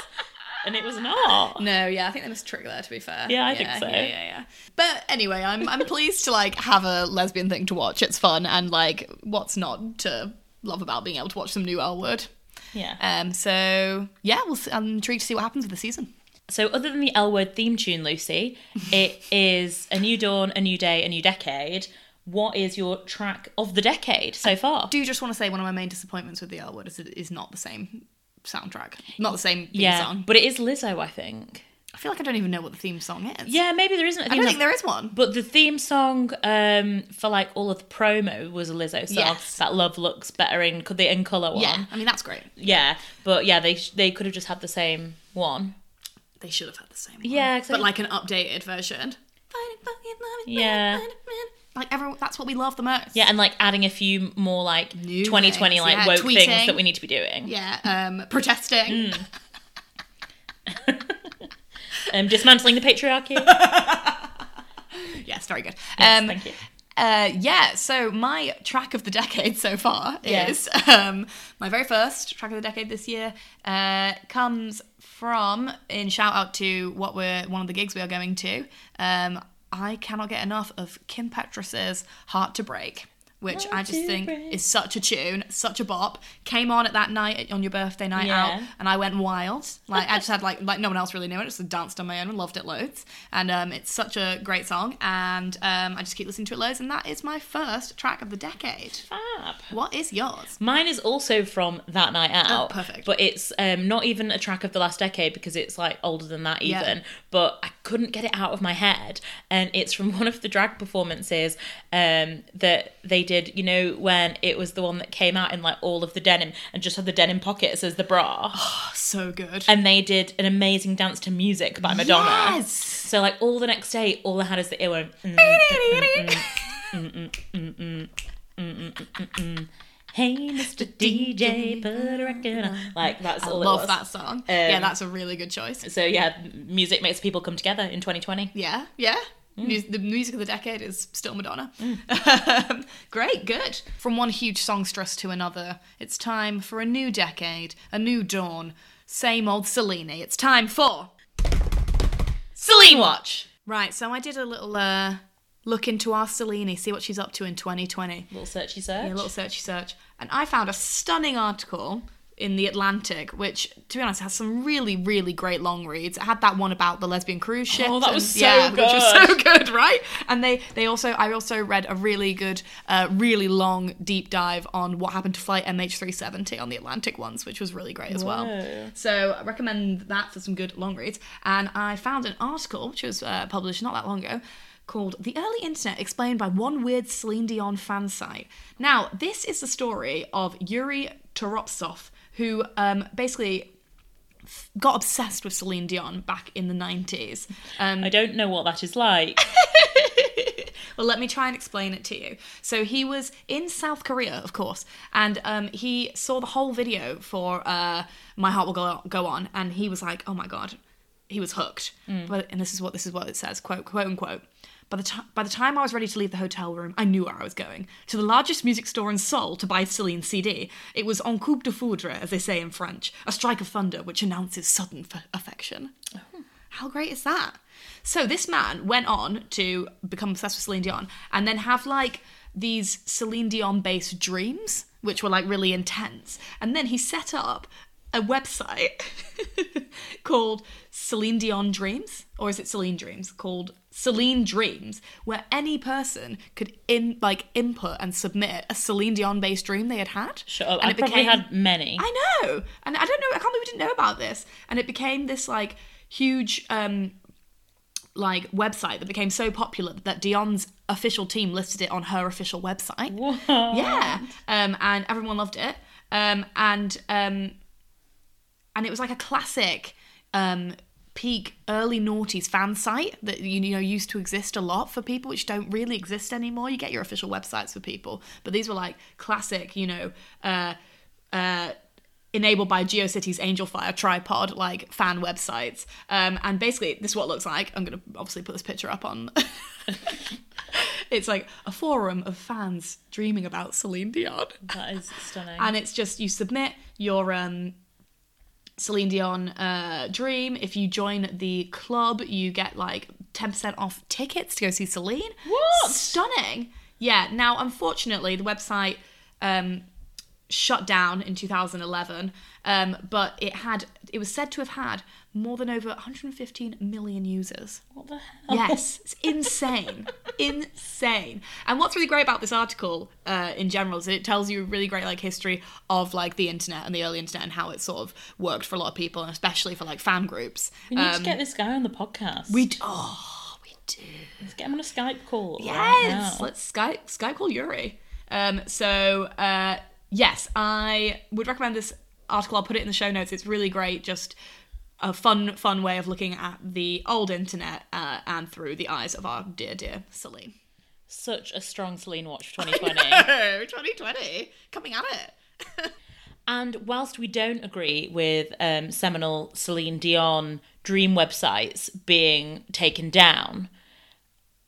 and it was not. No, yeah, I think they must trick there. To be fair, Yeah, I think so. Yeah, yeah, yeah. But anyway, I'm I'm pleased to like have a lesbian thing to watch. It's fun and like what's not to love about being able to watch some new L word. Yeah. Um, so yeah, we'll see, I'm intrigued to see what happens with the season. So, other than the L word theme tune, Lucy, it is a new dawn, a new day, a new decade. What is your track of the decade so far? Do just want to say one of my main disappointments with the L word is it is not the same soundtrack, not the same theme yeah, song. but it is Lizzo, I think. I feel like I don't even know what the theme song is. Yeah, maybe there isn't. A I theme don't song. think there is one. But the theme song um, for like all of the promo was a Lizzo song. Yes. That love looks better in could the in color one. Yeah, I mean that's great. Yeah, but yeah, they sh- they could have just had the same one. They should have had the same. One. Yeah, 'cause I but like think- an updated version. Yeah. Like everyone, that's what we love the most. Yeah, and like adding a few more like New 2020 things, like yeah, woke tweeting. things that we need to be doing. Yeah, um, protesting. Mm. Um, dismantling the patriarchy. Yes, very good. Yes, um, thank you. Uh, yeah, so my track of the decade so far Yeah. is um, my very first track of the decade this year uh, comes from in shout out to what we're one of the gigs we are going to. Um, I cannot get enough of Kim Petras' "Heart to Break," which I Heart just to think Break. is such a tune, such a bop. Came on at that night on your birthday night Yeah. out, and I went wild. Like I just had like like no one else really knew it. I just danced on my own and loved it loads. And um, it's such a great song, and um, I just keep listening to it loads. And that is my first track of the decade. Fab. What is yours? Mine is also from that night out. Oh, perfect. But it's um, not even a track of the last decade because it's like older than that Yeah. even. But I couldn't get it out of my head, and it's from one of the drag performances um, that they did. You know when it was the one that came out in like all of the denim and just had the denim pockets as the bra, So good. and they did an amazing dance to music by Madonna. Yes. So like all the next day, all I had is the earworm. Mm. Hey, Mr. DJ, put a record on. Like that's all. Love it was. that song. yeah, Um, that's a really good choice. So yeah, m- music makes people come together in 2020. Yeah, yeah. Mus- the music of the decade is still Madonna. Great, good. From one huge songstress to another, it's time for a new decade, a new dawn. Same old Cellini. It's time for Celine Watch. right. So I did a little uh, look into our Cellini, see what she's up to in 2020. Little searchy search. A little searchy search, and I found a stunning article in the Atlantic, which, to be honest, has some really, really great long reads. It had that one about the lesbian cruise ship. Oh, that and- was so yeah, which was so good. good, right? And they they also I also read a really good, uh, really long deep dive on what happened to flight MH370 on the Atlantic ones, which was really great as well. Whoa. So I recommend that for some good long reads. And I found an article which was uh, published not that long ago called The Early Internet Explained by One Weird Celine Dion Fan Site. Now, this is the story of Yuri Toropsov, who um, basically got obsessed with Celine Dion back in the 90s. Um, I don't know what that is like. well, let me try and explain it to you. So he was in South Korea, of course, and um, he saw the whole video for uh, "My Heart Will Go, Go On," and he was like, "Oh my god," he was hooked. But and this is what this is what it says, quote quote unquote. By the, ti by the time I was ready to leave the hotel room, I knew where I was going. To the largest music store in Seoul to buy Celine's CD. It was En Coupe de Foudre, as they say in French, a strike of thunder which announces sudden f- affection. How great is that? So this man went on to become obsessed with Celine Dion and then have like these Celine Dion based dreams, which were like really intense. And then he set up a website called Celine Dion Dreams, or is it Celine Dreams? Called Celine Dreams, where any person could in like input and submit a Celine Dion based dream they had had. Shut up. And I it probably became- had many. I know, and I don't know. I can't believe we didn't know about this. And it became this like huge, um, like website that became so popular that Dion's official team listed it on her official website. Yeah, um, and everyone loved it. Um, and um, and it was like a classic um, peak early noughties fan site that you know used to exist a lot for people which don't really exist anymore you get your official websites for people but these were like classic you know uh, uh, enabled by geocities angel fire tripod like fan websites um, and basically this is what it looks like i'm going to obviously put this picture up on It's like a forum of fans dreaming about Celine Dion. That is stunning. And it's just you submit your um, Celine Dion uh, dream. If you join the club, you get like 10% off tickets to go see Celine. What? Stunning. Yeah. Now, unfortunately, the website um, shut down in 2011, um, but it had, it was said to have had more than over 115 million users. what the hell? Yes, it's insane, insane. And what's really great about this article, uh, in general, is that it tells you a really great like history of like the internet and the early internet and how it sort of worked for a lot of people, and especially for like fan groups. We need to get this guy on the podcast. um, We d- oh, we do. Let's get him on a Skype call. right Yes, now. let's Skype Skype call Yuri. Um, so uh, yes, I would recommend this article. I'll put it in the show notes. It's really great. Just a fun, fun way of looking at the old internet uh, and through the eyes of our dear, dear Celine. Such a strong Celine watch 2020. Oh, 2020 coming at it. And whilst we don't agree with um, seminal Celine Dion dream websites being taken down,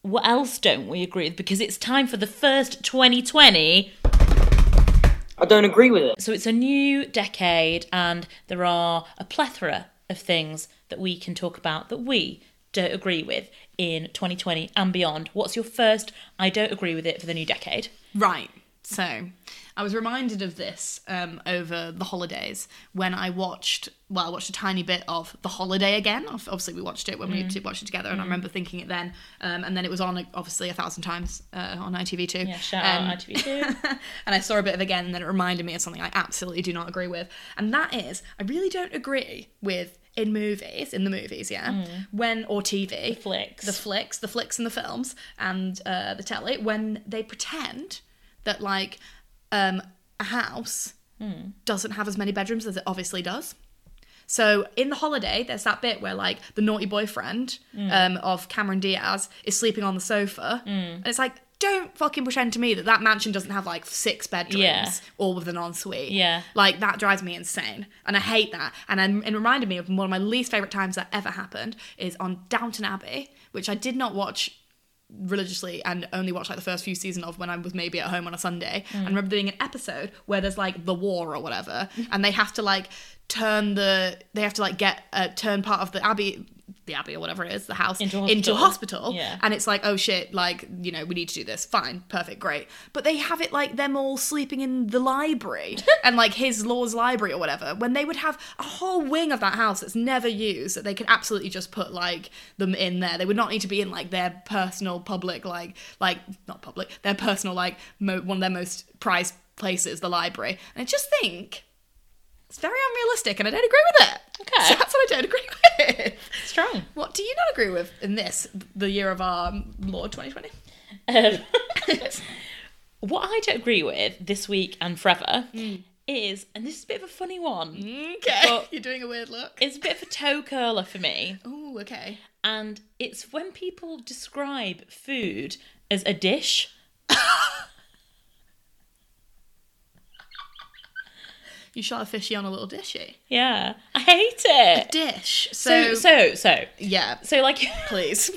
what else don't we agree with? Because it's time for the first 2020. I don't agree with it. So it's a new decade, and there are a plethora of things that we can talk about that we don't agree with in 2020 and beyond. What's your first I don't agree with it for the new decade? Right. So, I was reminded of this um, over the holidays when I watched. Well, I watched a tiny bit of The Holiday again. Ob- Obviously, we watched it when we t- watched it together, and I remember thinking it then. Um, and then it was on obviously a thousand times uh, on ITV two. Yeah, shout Um, out ITV2. and I saw a bit of it again, and then it reminded me of something I absolutely do not agree with. And that is, I really don't agree with in movies, in the movies, yeah, when, or TV. Mm. The flicks. The flicks, the flicks and the films, and uh, the telly, when they pretend that, like, um, a house Hmm. doesn't have as many bedrooms as it obviously does. So in the holiday, there's that bit where like the naughty boyfriend Hmm. um, of Cameron Diaz is sleeping on the sofa, Hmm. and it's like, don't fucking pretend to me that that mansion doesn't have like six bedrooms, Yeah. all with an ensuite. Yeah. like that drives me insane, and I hate that. And I'm, it reminded me of one of my least favorite times that ever happened is on Downton Abbey, which I did not watch religiously and only watched like the first few seasons of when I was maybe at home on a Sunday. Mm. And I remember doing an episode where there's like the war or whatever, and they have to like turn the they have to like get uh, turn part of the abbey the abbey or whatever it is the house Into a a hospital. hospital Yeah. and it's like oh shit like you know we need to do this fine perfect great but they have it like them all sleeping in the library and like his law's library or whatever when they would have a whole wing of that house that's never used that they could absolutely just put like them in there they would not need to be in like their personal public like like not public their personal like mo- one of their most prized places the library and i just think it's very unrealistic and i don't agree with it Okay. so that's what i don't agree with Strong. what do you not agree with in this, the year of our Lord 2020? Um, what I don't agree with this week and forever is, and this is a bit of a funny one. Okay. Well- You're doing a weird look. It's a bit of a toe curler for me, Oh, okay. and it's when people describe food as a dish. You shot a fishy on a little dishy. Yeah, I hate it. Dish. So, So, so, so, yeah. so, like, Please.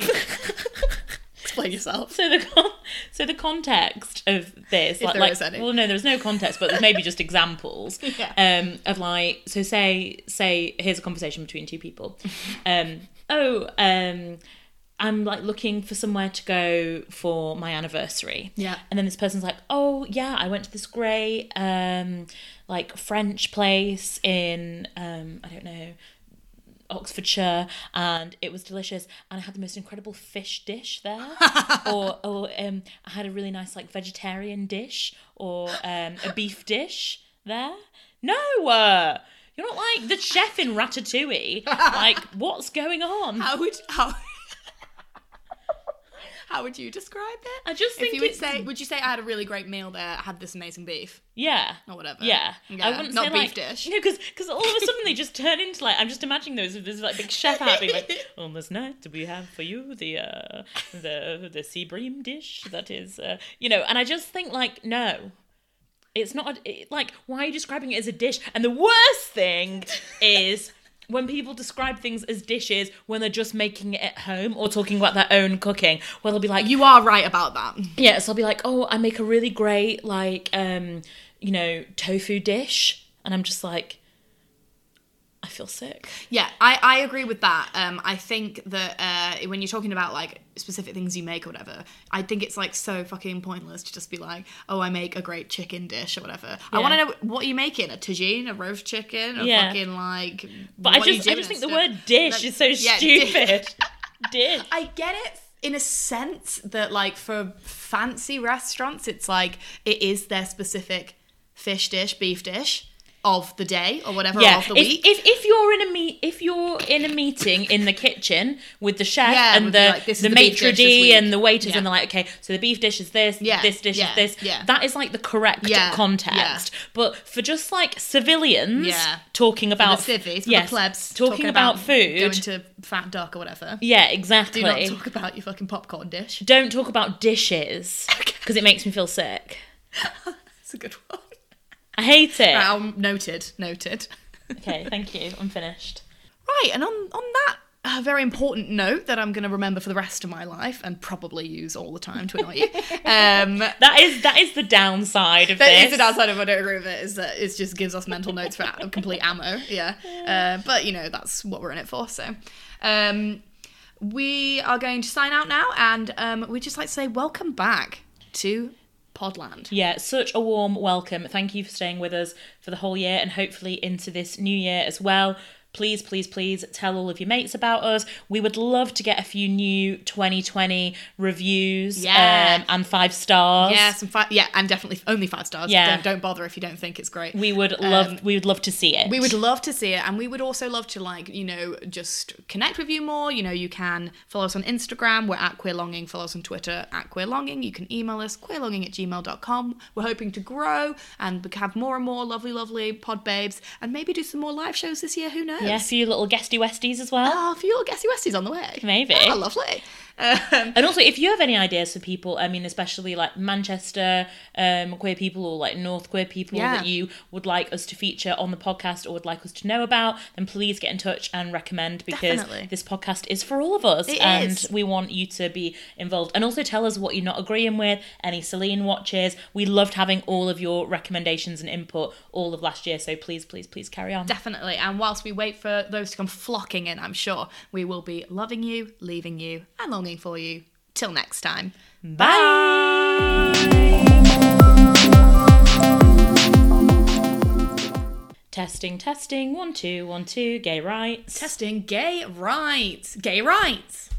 Explain yourself. so the con- so the context of this, like, there like- is any. well, no, there's no context, but there's maybe just examples Yeah. um, of like, so say, say, here's a conversation between two people. Um, oh, um, I'm like looking for somewhere to go for my anniversary. Yeah. And then this person's like, oh yeah, I went to this great um, like French place in um, I don't know. Oxfordshire, and it was delicious. And I had the most incredible fish dish there, or or um, I had a really nice like vegetarian dish, or um, a beef dish there. No, uh, you're not like the chef in Ratatouille. Like, what's going on? How would how How would you describe it? I just think if you would it's- say would you say I had a really great meal there, I had this amazing beef Yeah. or whatever. Yeah. Yeah, I wouldn't not say beef like, dish. No, because all of a sudden they just turn into like I'm just imagining those there's like big chef hat being like on this night we have for you the uh, the the sea bream dish that is uh, you know and I just think like no. It's not a, it- like why are you describing it as a dish? And the worst thing is when people describe things as dishes when they're just making it at home or talking about their own cooking, where they'll be like, You are right about that. yeah, so I'll be like, oh, I make a really great like um, you know, tofu dish, and I'm just like, I feel sick. Yeah, I, I agree with that. Um, I think that uh, when you're talking about like specific things you make or whatever, I think it's like so fucking pointless to just be like, oh, I make a great chicken dish or whatever. I Yeah. want to know what are you making? A tagine, a roast chicken, a Yeah. fucking like. But I just, I just think the word dish Like, is so yeah, dish. stupid. dish. I get it in a sense that like for fancy restaurants, it's like it is their specific fish dish, beef dish of the day or whatever Yeah. of the if, week. if if you're in a meet if you're in a meeting in the kitchen with the chef Yeah, and would be the like, this is the the beef maitre dish this d week. and the waiters Yeah. and they're like, okay, so the beef dish is this, Yeah, this dish yeah, is this. yeah. That is like the correct Yeah, context. But for just like civilians Yeah. talking about the civvies, for yes, the plebs, talking, about, food. going to Fat Duck or whatever. yeah, exactly. Do not talk about your fucking popcorn dish. Don't talk about dishes because it makes me feel sick. It's a good one. I hate it. Right, um, noted, noted. Okay, thank you. I'm finished. Right, and on on that uh, very important note that I'm going to remember for the rest of my life and probably use all the time to annoy you. Um, That is that is the downside of that this. is an outside of what I don't agree with it, is that it just gives us mental notes for a- complete ammo. Yeah. Uh, but, you know, that's what we're in it for. So um, we are going to sign out now and um, we'd just like to say welcome back to Podland. Yeah, such a warm welcome. Thank you for staying with us for the whole year and hopefully into this new year as well. Please, please, please tell all of your mates about us. We would love to get a few new 2020 reviews Yeah. um, and five stars. Yeah, some fi- yeah, and definitely only five stars. Yeah. Don't, don't bother if you don't think it's great. We would love we would love to see it. Um, We would love to see it, and we would also love to like you know just connect with you more. You know, you can follow us on Instagram. We're at Queer Longing. Follow us on Twitter at Queer Longing. You can email us queerlonging at gmail.com. We're hoping to grow and we have more and more lovely, lovely pod babes, and maybe do some more live shows this year. Who knows? Yeah, a few little guesty westies as well. Ah, a few little guessy westies on the way. Maybe. Ah, lovely. Um, And also, if you have any ideas for people, I mean, especially like Manchester um, queer people or like North queer people Yeah. that you would like us to feature on the podcast or would like us to know about, then please get in touch and recommend because Definitely. this podcast is for all of us. It and is. we want you to be involved. And also tell us what you're not agreeing with, any Celine watches. We loved having all of your recommendations and input all of last year. So please, please, please carry on. Definitely. And whilst we wait for those to come flocking in, I'm sure we will be loving you, leaving you, and longing for you. Till next time. Testing, testing. One, two, one, two. Gay rights. Testing gay rights. Gay rights.